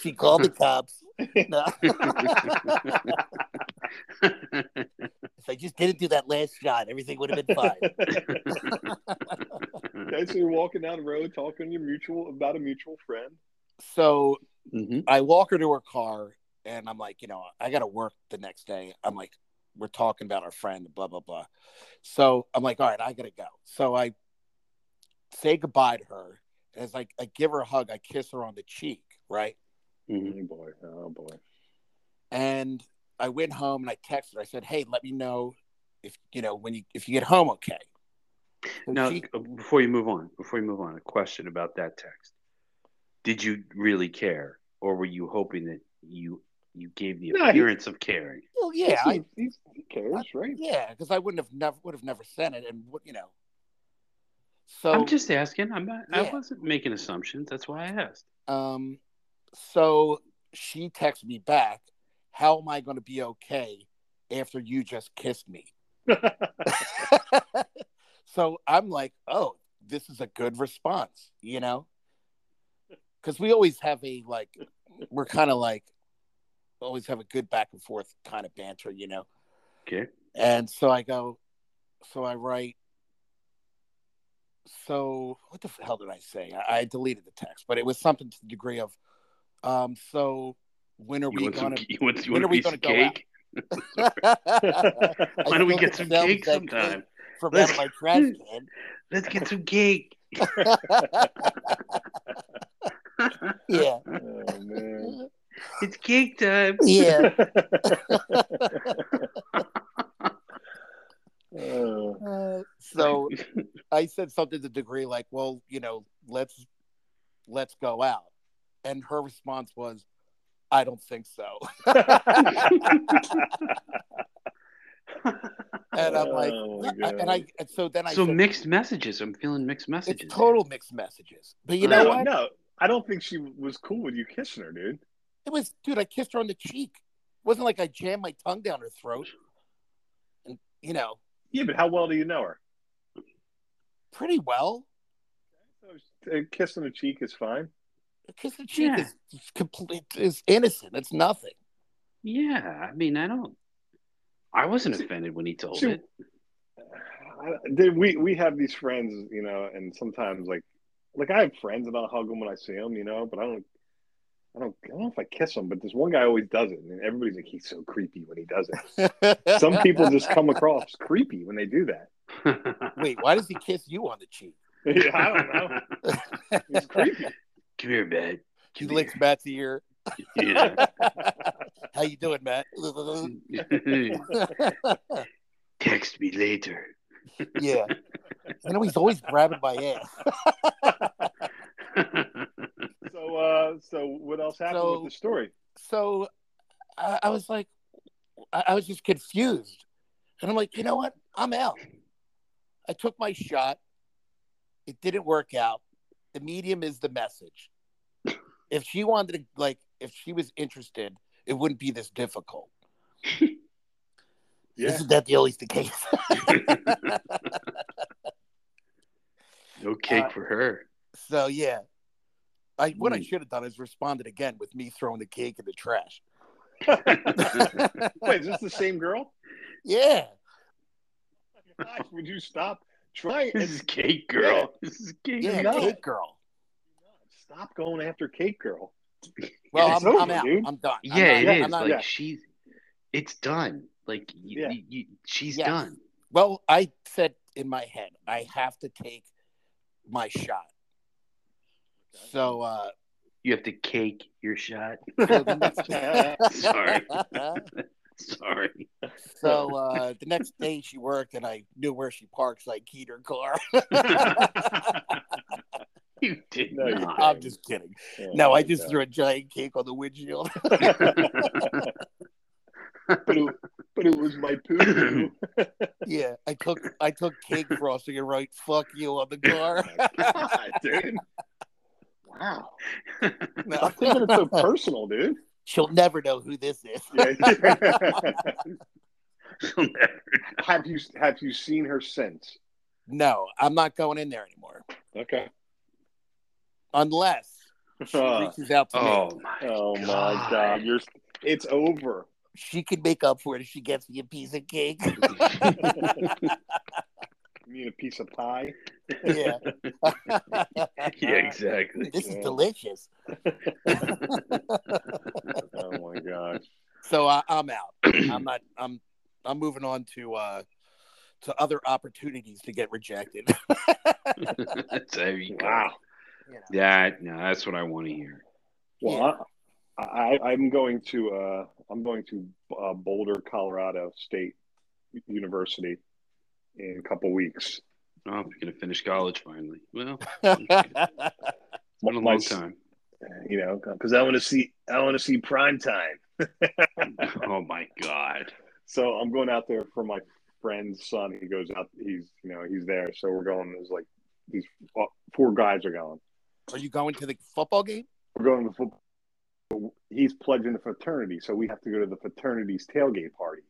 she called the cops. No. if I just didn't do that last shot, everything would have been fine. Okay, so you're walking down the road talking to your mutual about a mutual friend. So Mhm. I walk her to her car and I'm like, you know, I got to work the next day. I'm like, we're talking about our friend, blah, blah, blah. So I'm like, all right, I got to go. So I say goodbye to her. And it's like, I give her a hug, I kiss her on the cheek, right? Oh Mhm. boy, oh boy. And I went home and I texted her. I said, hey, let me know if, you know, when you, if you get home, okay. And Now, uh, she- before you move on, before you move on, a question about that text. Did you really care, or were you hoping that you you gave the No, he- appearance of caring? well, yeah, I, he, he, he cares, right? yeah, because I wouldn't have never, would have never sent it. And what, you know, so I'm just asking. I'm not. I Yeah. wasn't making assumptions. That's why I asked. Um, so she texted me back, "How am I going to be okay after you just kissed me?" So I'm like, oh, this is a good response, you know? Because we always have a like, we're kind of like, always have a good back and forth kind of banter, you know? Okay. And so I go, so I write, so what the hell did I say? I, I deleted the text, but it was something to the degree of, um, so when are You we want, going some, you want, you when want are a we piece gonna of go out? cake? to? Why don't we still get get some them cake that sometime? cake. From out Let's- of my trash can. Let's get some cake. yeah. Oh, man. It's cake time. Yeah. Oh, Uh, so I said something to the degree like, "Well, you know, let's let's go out," and her response was, "I don't think so." Uh. And I'm like, Oh, my I- and I and so then I so said, mixed messages. I'm feeling mixed it's messages. total mixed messages. But you know no, what? no, I don't think she was cool with you kissing her, dude. It was, dude. I kissed her on the cheek. It wasn't like I jammed my tongue down her throat. And you know, Yeah, but how well do you know her? pretty well. A kiss on uh, the cheek is fine. A kiss on the cheek Yeah. is, is complete is innocent. It's nothing. Yeah, I mean, I don't. I wasn't offended when he told Shoot. Oh, it. I- dude, we we have these friends, you know, and sometimes like, like I have friends and I'll hug them when I see them, you know, but I don't, I don't, I don't know if I kiss them, but this one guy always does it, and everybody's like, he's so creepy when he does it. Some people just come across creepy when they do that. Wait, why does he kiss you on the cheek? Yeah, I don't know. It's creepy. Come here, Matt. He Come licks Matt's ear. here. How you doing, Matt? Yeah. Text me later. yeah. I know he's always grabbing my ass. So, uh, so what else happened So- with the story? So I, I was like, I, I was just confused. And I'm like, you know what? I'm out. I took my shot. It didn't work out. The medium is the message. If she wanted to, like, if she was interested, it wouldn't be this difficult. Yeah, Isn't that the always the case? no cake Uh, for her. So yeah, I what I Hmm. Mm. should have done is responded again with me throwing the cake in the trash. wait, is this the same girl? yeah, Gosh, would you stop trying? This is cake, girl. This is cake. yeah, not. cake girl. Stop going after Cake Girl. Well, It's I'm, I'm over, out. dude. I'm done. Yeah, I'm it not, is. I'm not- like yeah. she's, it's done. Like you, Yeah. you, you, she's Yes. done. Well, I said in my head, I have to take my shot. So, uh, You have to cake your shot. so the next- Sorry. Sorry. so uh, the next day she worked, and I knew where she parks. I keyed her car. you did No, you not. I'm just kidding. No, I just threw a giant cake on the windshield. But it, but it was my poo. Yeah, I took I took cake frosting and wrote "fuck you" on the car. God, dude. Wow. No. I'm thinking it's so personal, dude. She'll never know who this is. have you have you seen her since? No, I'm not going in there anymore Okay. unless she Oh, reaches out to me. oh my oh my god, you're it's over. She can make up for it if she gets me a piece of cake. You mean a piece of pie? yeah. yeah, exactly. This is Yeah. delicious. Oh my gosh. So I, I'm out. I'm not. I'm. I'm moving on to uh to other opportunities to get rejected. That's how you go. Wow. You know? That no, that's what I want to hear. Well, I, I, I'm going to uh, I'm going to uh, Boulder, Colorado State University in a couple weeks. Oh, if you're gonna finish college finally. Well, it's been a long Nice. time. You know, because I want to see I want to see prime time. Oh my god. So I'm going out there for my friend's son. He goes out. He's you know he's there. So we're going. There's like these uh, four guys are going. Are you going to the football game? We're going to the football. He's pledging the fraternity, so we have to go to the fraternity's tailgate party.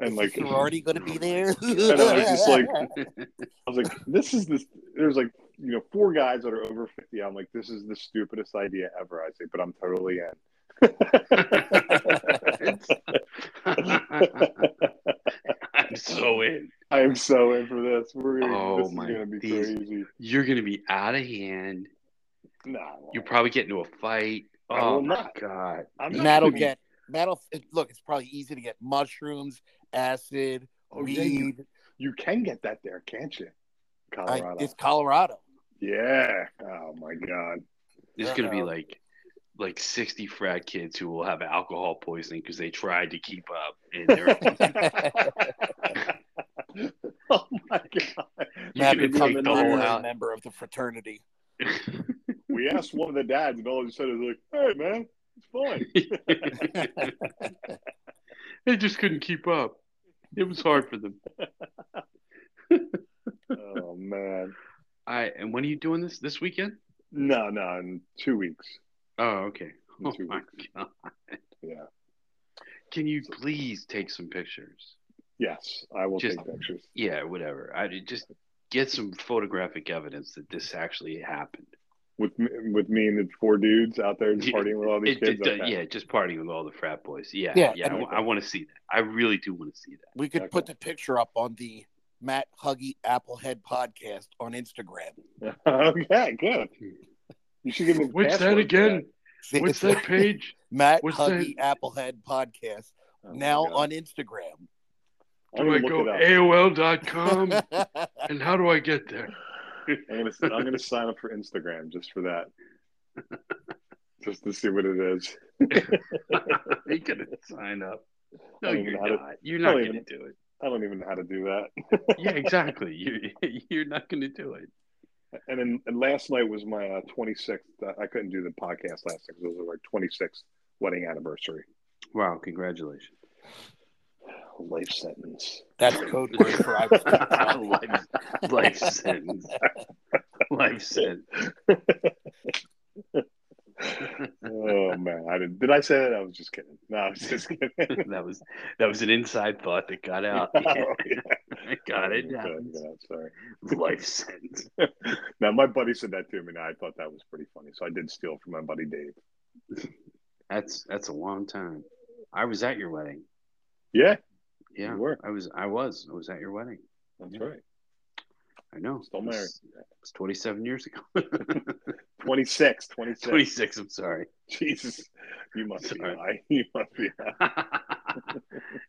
and Is like the sorority going to be there? And I was just like- I was like, this is this. There's like, you know, four guys that are over 50. I'm like, this is the stupidest idea ever. I say, but I'm totally in. I'm so in. I am so in for this. We're gonna, Oh, this is my gonna be these- crazy. You're gonna be out of hand. Nah, You'll probably get into a fight. I Oh will my not. god. I'm not Matt'll gonna be- get Matt'll look. It's probably easy to get mushrooms, acid, Oh, yeah, you, weed. you can get that there, can't you? I- Colorado. it's Colorado. yeah. Oh my god. There's gonna be Uh-oh. like like 60 frat kids who will have alcohol poisoning because they tried to keep up and they're oh my god. Matt Matt could becomes take an the whole honorary out. member of the fraternity. We asked one of the dads, and all he said is like, "Hey man, it's fine." they just couldn't keep up. It was hard for them. oh man. I and when are you doing this? This weekend? No, no, in two weeks. Oh, okay. In Oh two my weeks. god. Yeah. Can you please take some pictures? Yes, I will Just- take pictures. Yeah, whatever. I just get some photographic evidence that this actually happened. With me, with me and the four dudes out there Yeah, partying with all these It- uh, kids. it- okay. Yeah, just partying with all the frat boys. Yeah, yeah. Yeah, I, and- want to see that. I really do want to see that. We could Okay. put the picture up on the Matt Huggy Applehead podcast on Instagram. okay, good. You should give me. the What's that password for again? See, What's it's that page? Matt what's Huggy Applehead podcast Oh, my now God. on Instagram. I'm Do I gonna look go it up. Um, AOL.com? and how do I get there? I'm gonna I'm gonna sign up for Instagram just for that, just to see what it is. You're gonna sign up. No, I don't you're know how to- not. You're not don't gonna even- do it. I don't even know how to do that. Yeah, exactly. You you're not gonna do it. And then and last night was my uh, 26th. Uh, I couldn't do the podcast last night because it was our 26th wedding anniversary. Wow, congratulations. Life sentence. That's code word for I was too drunk. Oh, life, life sentence. Life sentence. oh man, I did. Did I say that? I was just kidding. No, I was just kidding. That was that was an inside thought that got out. Oh, yeah. I got it. Good, happens. good, sorry. Life sentence. Now my buddy said that to me, and I thought that was pretty funny. So I did steal from my buddy Dave. That's that's a long time. I was at your wedding. Yeah, Yeah, you were. I was. I was. I was at your wedding. That's Yeah. right. I know. Still It was- It's twenty seven years ago. 26, 26. twenty six. I'm sorry. Jesus, you must Sorry. be high. You must be high.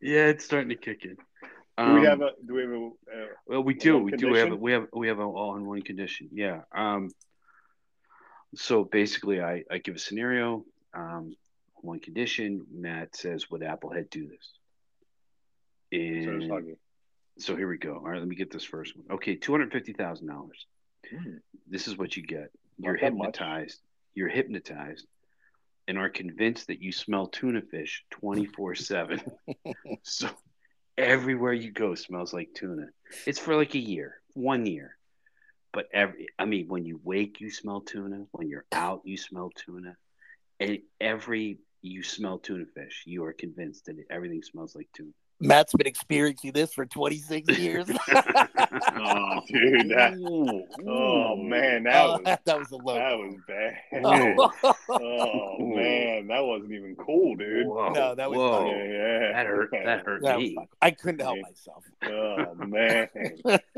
yeah, it's starting to kick in. Do Um, we have a? Do we have a? Uh, well, we do. one We do have. A, condition? we have. We have a all in one condition. Yeah. Um. So basically, I I give a scenario. Um, one condition. Matt says, "Would Applehead do this?" so And it's huggy. so here we go. All right, let me get this first one. Okay, two hundred fifty thousand dollars. Hmm. This is what you get. You're that much. hypnotized. You're hypnotized, and are convinced that you smell tuna fish twenty four seven. So everywhere you go smells like tuna. It's for like a year, one year. But every, I mean, when you wake, you smell tuna. When you're out, you smell tuna. And every you smell tuna fish, you are convinced that everything smells like tuna. Matt's been experiencing this for 26 years. Oh, dude, that. Oh man, that Oh, was that that was a low. was bad. Whoa. Oh man, that wasn't even cool, dude. No, that was whoa. Yeah, yeah. That hurt. That hurt That was me. fun. I couldn't help Yeah. myself. Oh man,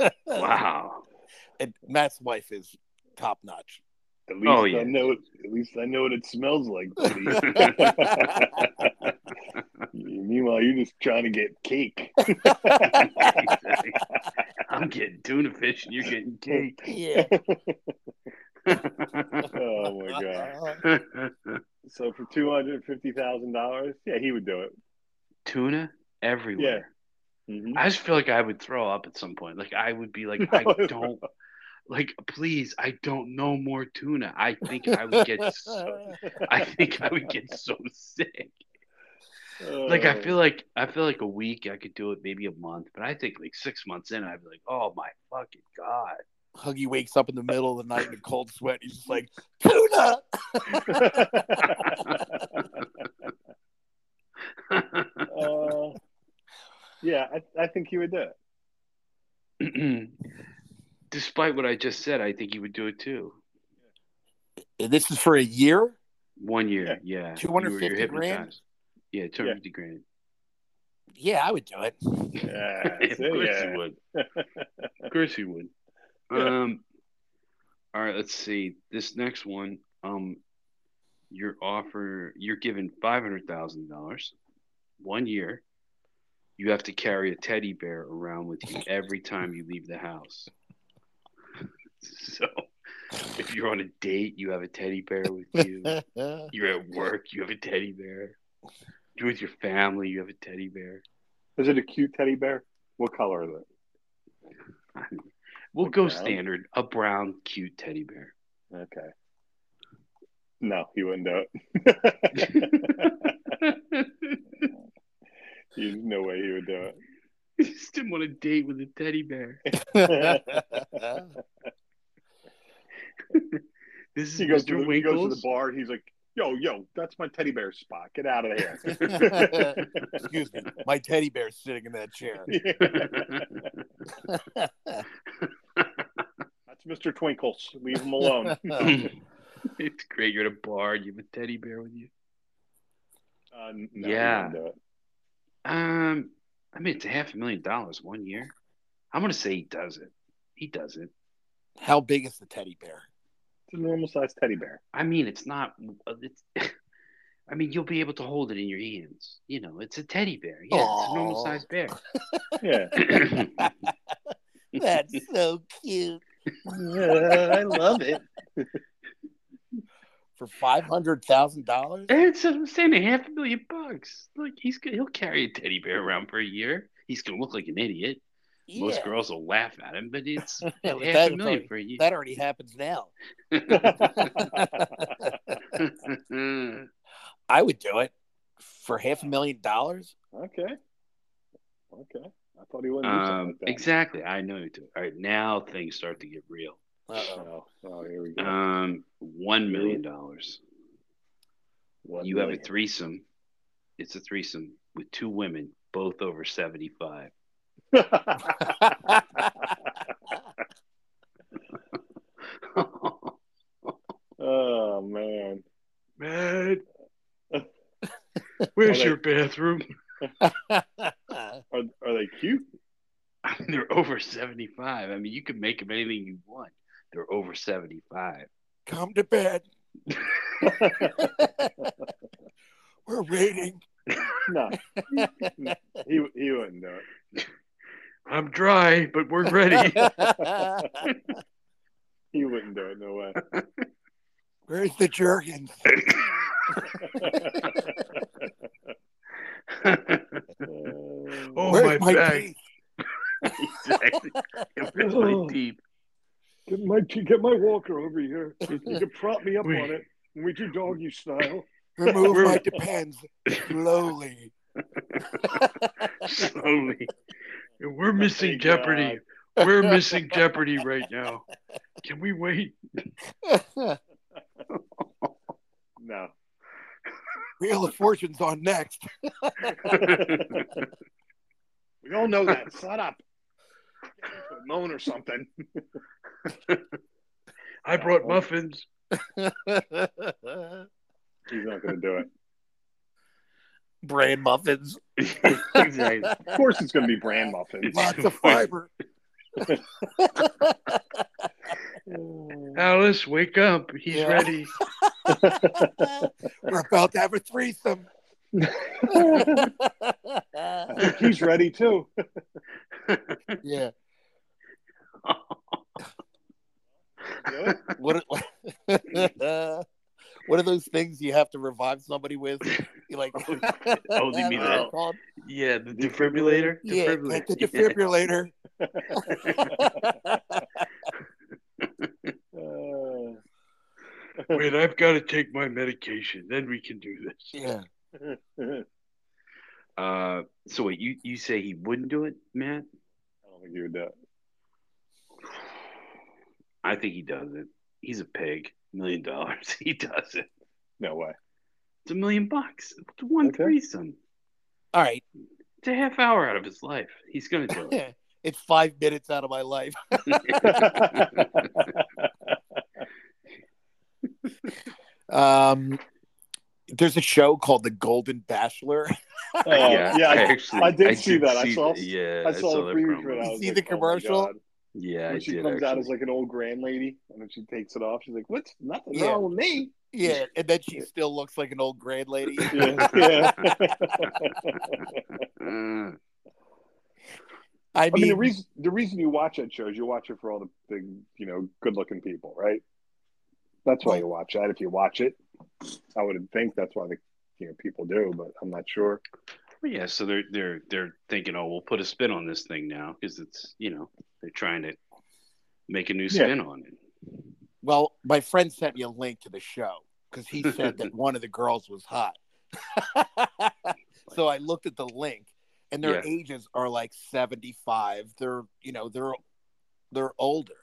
at Wow. And Matt's wife is top notch. least Oh, yeah. I know. At least I know what it smells like. buddy. Meanwhile, you're just trying to get cake. I'm getting tuna fish, and you're getting cake. Yeah. oh my god! So for two hundred fifty thousand dollars, yeah, he would do it. tuna everywhere. Mhm. I just feel like I would throw up at some point. Like I would be like, I don't. Like, please, I don't know more tuna. I think I would get. So, I think I would get so sick. Like I Oh. feel like I feel like a week I could do it, maybe a month, but I think like six months in, I'd be like, oh my fucking god. Huggy wakes up in the middle of the night in a cold sweat. He's just like, tuna. Oh. Uh, yeah, I, I think he would do it. Despite what I just said, I think he would do it too. And this is for a year. One year, yeah. You were- you're 250 grand? hypnotized. Yeah, two hundred fifty grand. Yeah, I would do it. Yeah, of so, course yeah. he would. Of course he would. Um, all right, let's see this next one. Um, your offer, you're given five hundred thousand dollars, one year. You have to carry a teddy bear around with you every time you leave the house. so, if you're on a date, you have a teddy bear with you. You're at work, you have a teddy bear. You're with your family, you have a teddy bear. Is it a cute teddy bear? What color is it? We'll A go brown? standard. A brown, cute teddy bear. Okay. No, he wouldn't do it. There's no way he would do You just didn't want to date with a teddy bear. it. This is he goes, Mr. to the, he goes to Winkles. the bar. And he's like, "Yo, yo, that's my teddy bear spot. Get out of here." Excuse me, my teddy bear's sitting in that chair. that's Mr. Twinkles. Leave him alone. it's great. You're at a bar. You have a teddy bear with you. Uh, no, he Yeah. wouldn't do it. Um, I mean, it's a half a million dollars one year. I'm gonna say he does it. He does it. How big is the teddy bear? It's a normal sized teddy bear. I mean, it's not. uh, It's. I mean, you'll be able to hold it in your hands. You know, it's a teddy bear. Yeah, it's a normal Aw. sized bear. Yeah. That's so cute. I love it. For five hundred thousand dollars? It's I'm saying a half a million bucks. Like he's gonna, he'll carry a teddy bear around for a year. He's gonna look like an idiot. Most Yeah, girls will laugh at him, but it's Yeah, half but a that- million for a year. that already happens now. I would do it for half a million dollars. okay. Okay. I thought he wouldn't do something um, like that. exactly. I know you do. All right, now things start to get real. Uh-oh. Oh, oh, here we go. Um, one million dollars. One You have a million. threesome. It's a threesome with two women, both over seventy-five. oh man. Man, where's Well, your bathroom? Are, are they cute? I mean, they're over 75. I mean, you can make them anything you want. They're over 75. Come to bed. We're waiting. no. He he wouldn't do it. I'm dry, but we're ready. He wouldn't do it. No way. Where's the Jergens? Uh, Oh, Uh, Where's my bag. teeth? exactly. It's really deep. get my get my walker over here. You can prop me up Wait. on it. And we do doggy style. Remove We're- my depends slowly. Slowly. We're missing Thank Jeopardy. We're missing Jeopardy right now. Can we wait? No. Wheel of Fortune's on next. We all know that. Shut up. Get into a Moan or something. I brought muffins. He's not going to do it. Brand muffins. exactly. Of course, it's going to be brand muffins. Lots of fiber. Alice, wake up. He's Yeah. ready. We're about to have a threesome. He's ready too. yeah. What are, what are those things you have to revive somebody with? You like Oh, you mean What are they called? Yeah, the defibrillator. Yeah, like the Yeah. defibrillator. Uh, Wait, I've got to take my medication. Then we can do this. yeah. I Uh, so wait, you you say he wouldn't do it, Matt? don't think he would do it. I think he does it. He's a pig. Million dollars. He does it. No way. It's a million bucks. It's one Okay. threesome. All right. It's a half hour out of his life. He's gonna do it. it's five minutes out of my life. Uh, Um, there's a show called The Golden Bachelor. Oh, yeah, I, actually- I did see that. I saw- Yeah, I saw, the that preview promo. for that. I was see like, "Oh the my commercial?" God. Yeah, When I she did. comes out actually. as like an old grand lady, and then she takes it off. She's like, "What's nothing Yeah. wrong with me?" Yeah, and then she still looks like an old grand lady. Yeah, yeah. Mm. I I mean, the mean, reason the reason you watch that show is you watch it for all the, the you know good looking people, right? That's why you watch that. If you watch it, I would think that's why the you know people do, but I'm not sure. Well, yeah, so they're they're they're thinking, oh, we'll put a spin on this thing now because it's you know they're trying to make a new Yeah. spin on it. well, my friend sent me a link to the show because he said that one of the girls was hot. so I looked at the link, and their Yeah. ages are like 75. They're you know they're they're older.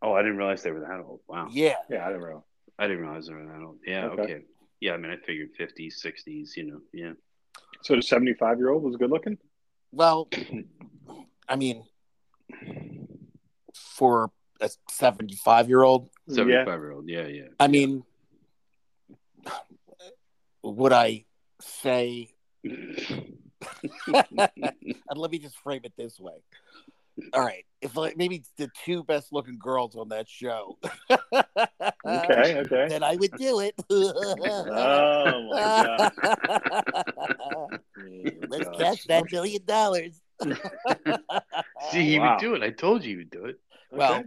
Oh, I didn't realize they were that old. Wow, Yeah, Yeah, I don't know. I didn't realize they were that old. Yeah, Okay. okay. Yeah, I mean, I figured 50s, 60s. You know, yeah. So the 75 year old was good looking. Well, I mean, for a 75 year old, Uh, 75 year old. Yeah, yeah. I mean, would I say, and let me just frame it this way. All right. If like maybe the two best looking girls on that show, Okay, okay. then uh, I would do it. oh my god. Let's Gosh. cash that million dollars. Oh, See, he Wow. would do it. I told you he would do it. Well,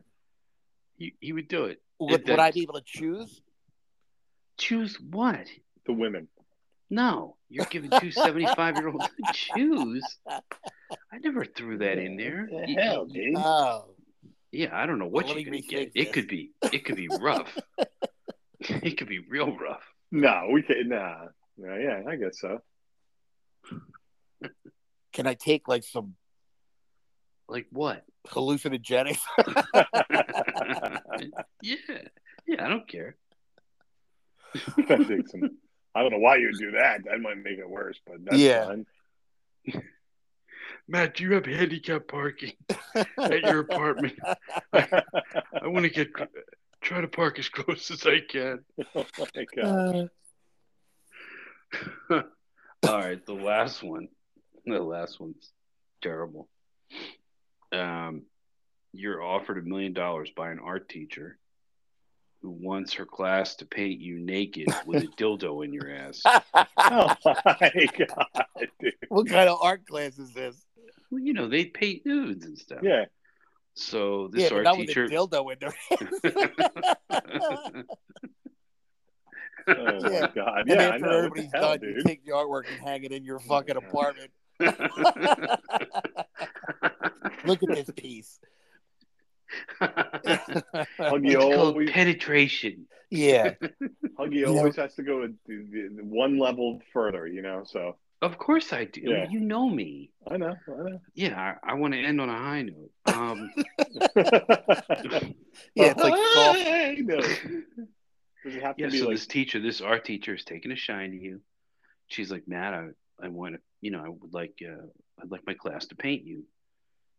He, he would do it. would, would I be able to choose? Choose what? the women. No, you're giving two 75 year olds to choose. I never threw that in uh, there. The You- hell, dude. Oh. Yeah, I don't know what Let you're gonna me get. rethink It could be it could be rough. it could be real rough. no, we can't. Nah. Yeah, yeah, I guess so. Can I take like some Like what? hallucinogenics? yeah. Yeah, I don't care. That takes some- I don't know why you would do that. That might make it worse, but that's Yeah. fine. Matt, do you have handicap parking at your apartment? Oh I want to get try to park as close as I can. Like, uh, Uh, All right, the last one. The last one's terrible. Um, you're offered a million dollars by an art teacher who wants her class to paint you naked with a dildo in your ass. oh my god, dude. what kind of art class is this? Well, you know, they paint nudes and stuff. Yeah. So this but art not teacher. with a dildo in there. Oh my Yeah. god. And Yeah, I know. What after the everybody's hell, done, you dude? take the artwork and hang it in your fucking Yeah. apartment. Look at this piece. Huggy it's called always, penetration. yeah. Huggy always has to go the- the- the one level further, you know. So Of course I do. Yeah. You know me. I know, I Yeah, I, I want to end on a high note. Um, know. Yeah, it's like soft. I know. Does it have to yeah, be so like this teacher, this art teacher, is taking a shine to you. She's like, Matt, I, I want to, you know, I would like, uh, I'd like my class to paint you. And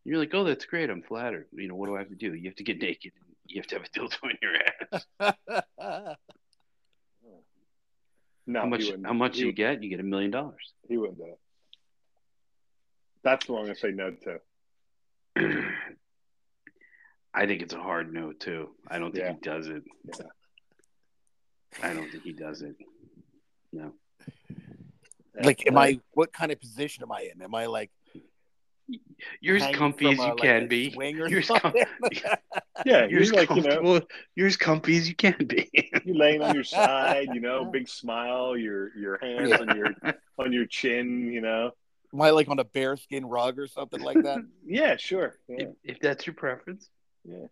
you're like, oh, that's great. I'm flattered. You know, what do I have to do? You have to get naked. And you have to have a dildo in your ass. no? How much? he wouldn't- How much He, you get? You get a million dollars. he wouldn't do it. That's the one I'm gonna say no to. I think it's a hard no too. I don't think Yeah. he does it. Yeah. I don't think he does it. No. like, am I, what kind of position am I in? Am I like, You're as hanging comfy from as you a, like, can a be. swing or You're as, com- something? Yeah, you're you're as like you know, comfortable. You're as comfy as you can be. you laying on your side, you know, big smile, your your hands Yeah. on your on your chin, you know. Am I like on a bearskin rug or something like that? Yeah, sure. Yeah. if, if that's your preference. Yeah.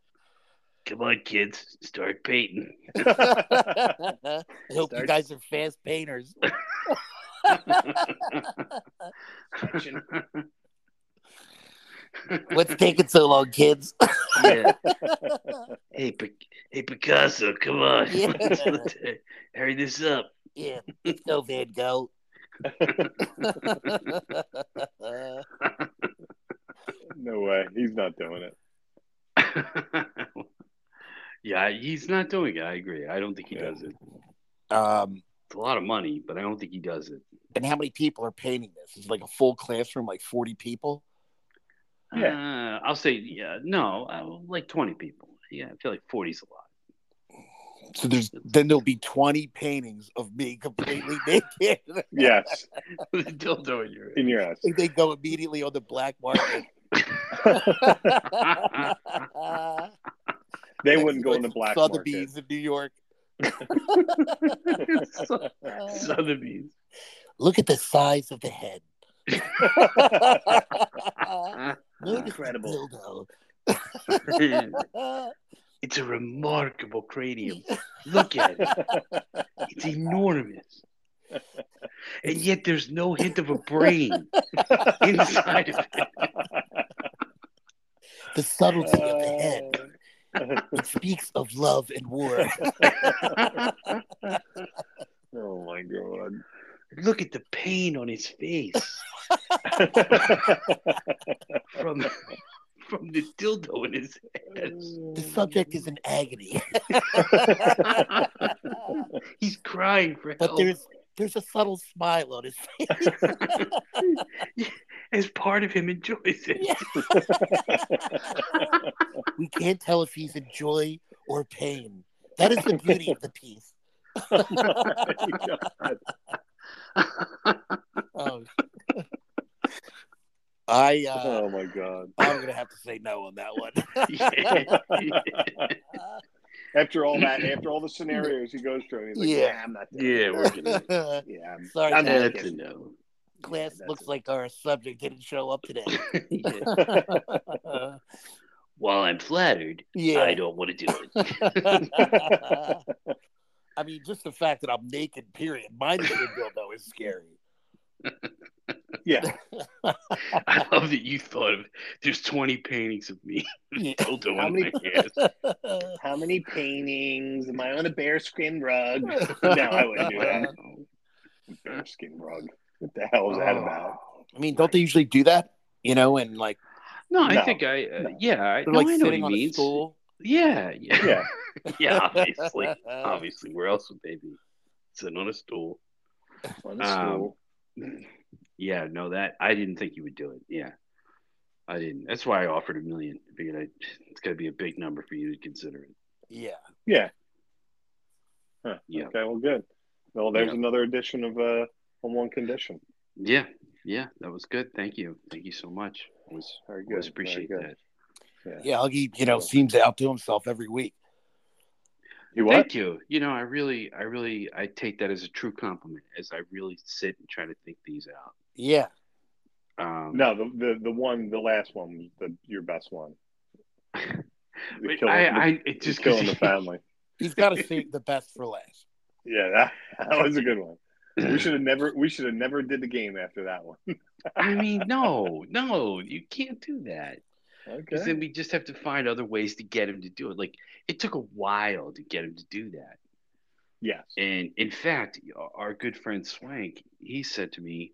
Come on, kids, start painting. I hope you Start- guys are fast painters. What's taking so long, kids? yeah. Hey, Pic- hey, Picasso, come on, Yeah. hurry this up. yeah, let's go, Van Gogh. No way. He's not doing it. yeah, he's not doing it. I agree. I don't think he Yeah. does it. um, It's a lot of money, but I don't think he does it. and how many people are painting this? It's like a full classroom, like forty people. Uh, I'll say, yeah, no, I, like 20 people. Yeah, I feel like 40 is a lot. So there's then there'll be twenty paintings of me completely naked. Yes. Still doing your In your ass. they go immediately on the black market. They wouldn't go in the black market. Sotheby's in New York. Sotheby's. Look at the size of the head. Look at the Incredible. dildo. it's a remarkable cranium. Look at it. It's enormous. And yet there's no hint of a brain inside of it. the subtlety of the head. Uh. It speaks of love and war. oh my god. Look at the pain on his face from from the dildo in his The subject is in agony. head. He's crying for But help. there's there's a subtle smile on his face. As part of him enjoys it. We can't tell if he's in joy or pain. That is the beauty of the piece. Oh. I uh, oh my god. I'm gonna have to say no on that one. Yeah. After all that, after all the scenarios he goes through, he's like, Yeah. yeah, I'm not doing Yeah, it." we're gonna. Yeah, I'm, Sorry, I'm guys. not That's a no. Class That's looks it. like our subject didn't show up today. Yeah. While I'm flattered, yeah. I don't want to do it. I mean, just the fact that I'm naked, period, minus the dildo is scary. yeah. I love that you thought of. There's 20 paintings of me Yeah. dildo How in many- my hand. How many paintings? Am I on a bearskin rug? no, I wouldn't do that. Bearskin rug. What the hell is that Oh, about? I mean, don't they usually do that? You know, and like No, I No, think I. Uh, no. Yeah, I, they're no, like I know what he sitting on a means. stool. Yeah, yeah, Yeah. yeah. Obviously, obviously, where else would they be? Sitting on a stool. On a Um, stool. Yeah, no, that I didn't think you would do it. Yeah, I didn't. That's why I offered a million. I figured I, it's got to be a big number for you to consider it. Yeah. Yeah. Huh. Yeah. Okay, well good. Well there's Yeah. another edition of uh on one condition. Yeah, yeah, that was good. Thank you, thank you so much. Always, Very good. always appreciate very good. that. Yeah, Huggy, you know, seems to outdo himself every week. You what? Thank you. You know, I really, I really, I take that as a true compliment as I really sit and try to think these out. Yeah. Um, No, the, the the one, the last one, was the your best one. The Wait, killing- I, the- I, it the just killing the family. He's gotta save the best for last. Yeah, that, that was a good one. We should have never. We should have never did the game after that one. I mean, no, no, you can't do that. Because Okay. then we just have to find other ways to get him to do it. Like it took a while to get him to do that. Yes. And in fact, our good friend Swank, he said to me,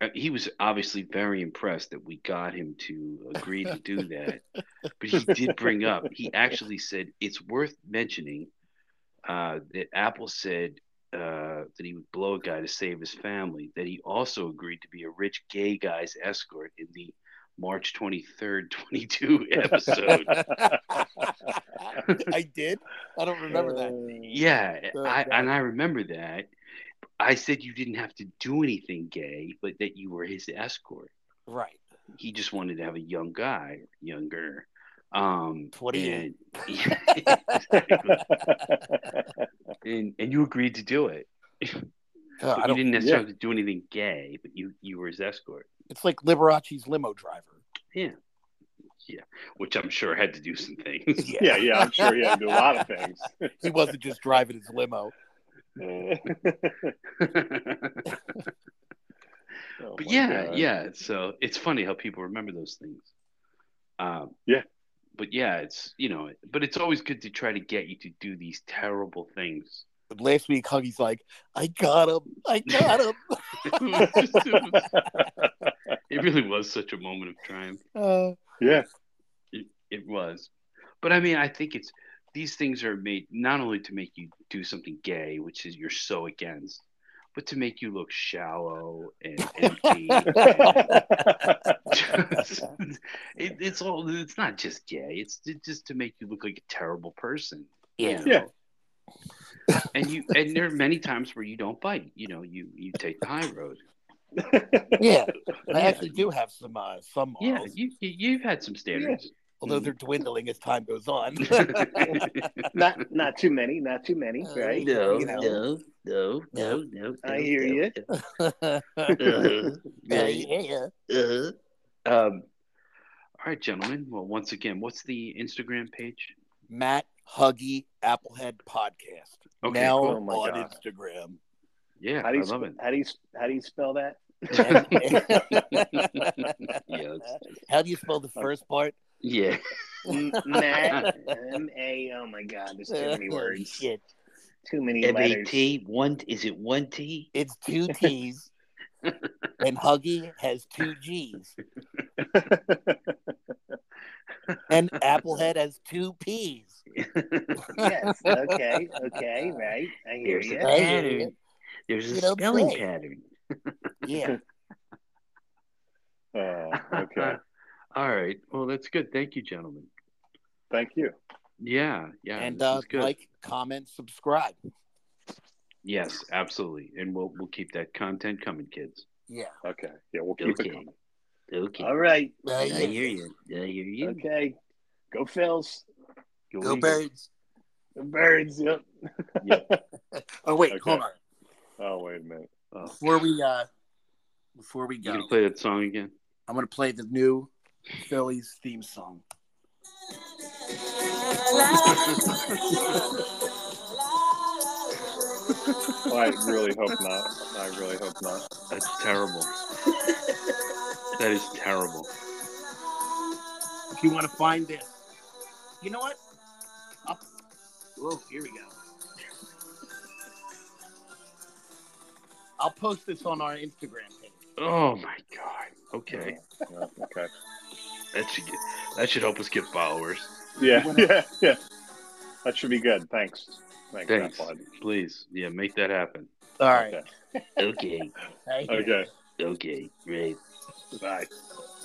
uh, he was obviously very impressed that we got him to agree to do that. but he did bring up, he actually said it's worth mentioning uh, that Apple said uh, that he would blow a guy to save his family, that he also agreed to be a rich gay guy's escort in the March 23rd, 22 episode. I did. I don't remember Uh, that. Yeah, So I, that- and I remember that. I said you didn't have to do anything gay, but that you were his escort. Right. He just wanted to have a young guy, younger. Um, 20. And, and and you agreed to do it. Uh, I you don't, didn't necessarily have to do anything gay, but you you were his escort, it's like Liberace's limo driver. which I'm sure had to do some things. yeah, yeah. I'm sure he had to do a lot of things. He wasn't just driving his limo. but Oh my yeah, God. yeah. So it's funny how people remember those things. Um, Yeah. But yeah, it's you know, but it's always good to try to get you to do these terrible things last week Huggy's like, I got him, I got him. it really was such a moment of triumph. Uh, yeah. It was. But I mean, I think it's these things are made not only to make you do something gay, which is you're so against, but to make you look shallow and empty. and just- it, it's all. It's not just gay. It's it's just to make you look like a terrible person. you Yeah. know? And you and there are many times where you don't bite. You know, you you take the high road. yeah, I Yeah. actually do have some uh, some Yeah, morals, you, you you've had some standards. although they're dwindling as time goes on. not not too many, not too many, right? No, You know. Uh, no, no, no, no. Uh-huh. I hear you. Uh, yeah, Um, all right, gentlemen. Well, once again, what's the Instagram page? Matt Huggy Applehead podcast Okay, now cool. Oh my on God. Instagram. Yeah, How I do you love sp- it. how do you s- how do you spell that? yeah, that's- How do you spell the first part? yeah. M- Matt M A. Oh my God, there's too many words, Uh, Shit. too many M A letters. T. One is it one T? It's two T's, and Huggy has two G's, and Applehead has two P's. yes. Okay. Okay. Right. I hear There's a you. I hear pattern. you. There's a You don't spelling say. pattern. Yeah, Oh, okay. all right. Well, that's good. Thank you, gentlemen. Thank you. Yeah, yeah. and this uh, is good. like, comment, subscribe. Yes, absolutely. And we'll we'll keep that content coming, kids. Yeah, Okay. Yeah, we'll keep Okay. it coming. Okay. All right. Uh, I yeah. hear you. I hear you. Okay. Go Phils. go Eagles. birds. The birds. Yep. Oh wait, Okay. hold on. Oh wait a minute. Oh, Before we uh, before we you go, gonna play that song again? I'm gonna play the new Phillies theme song. Well, I really hope not. I really hope not. That's terrible. that is terrible. If you want to find this, you know what? Up. Whoa, here we go. I'll post this on our Instagram page. Oh my god. Okay, Yeah, okay. that should get, that should help us get followers. Yeah. Yeah. Yeah. That should be good. Thanks. Thanks. Thanks. Apple. Please, yeah, make that happen. All Okay. Okay, Hey. Okay. okay, right. Bye.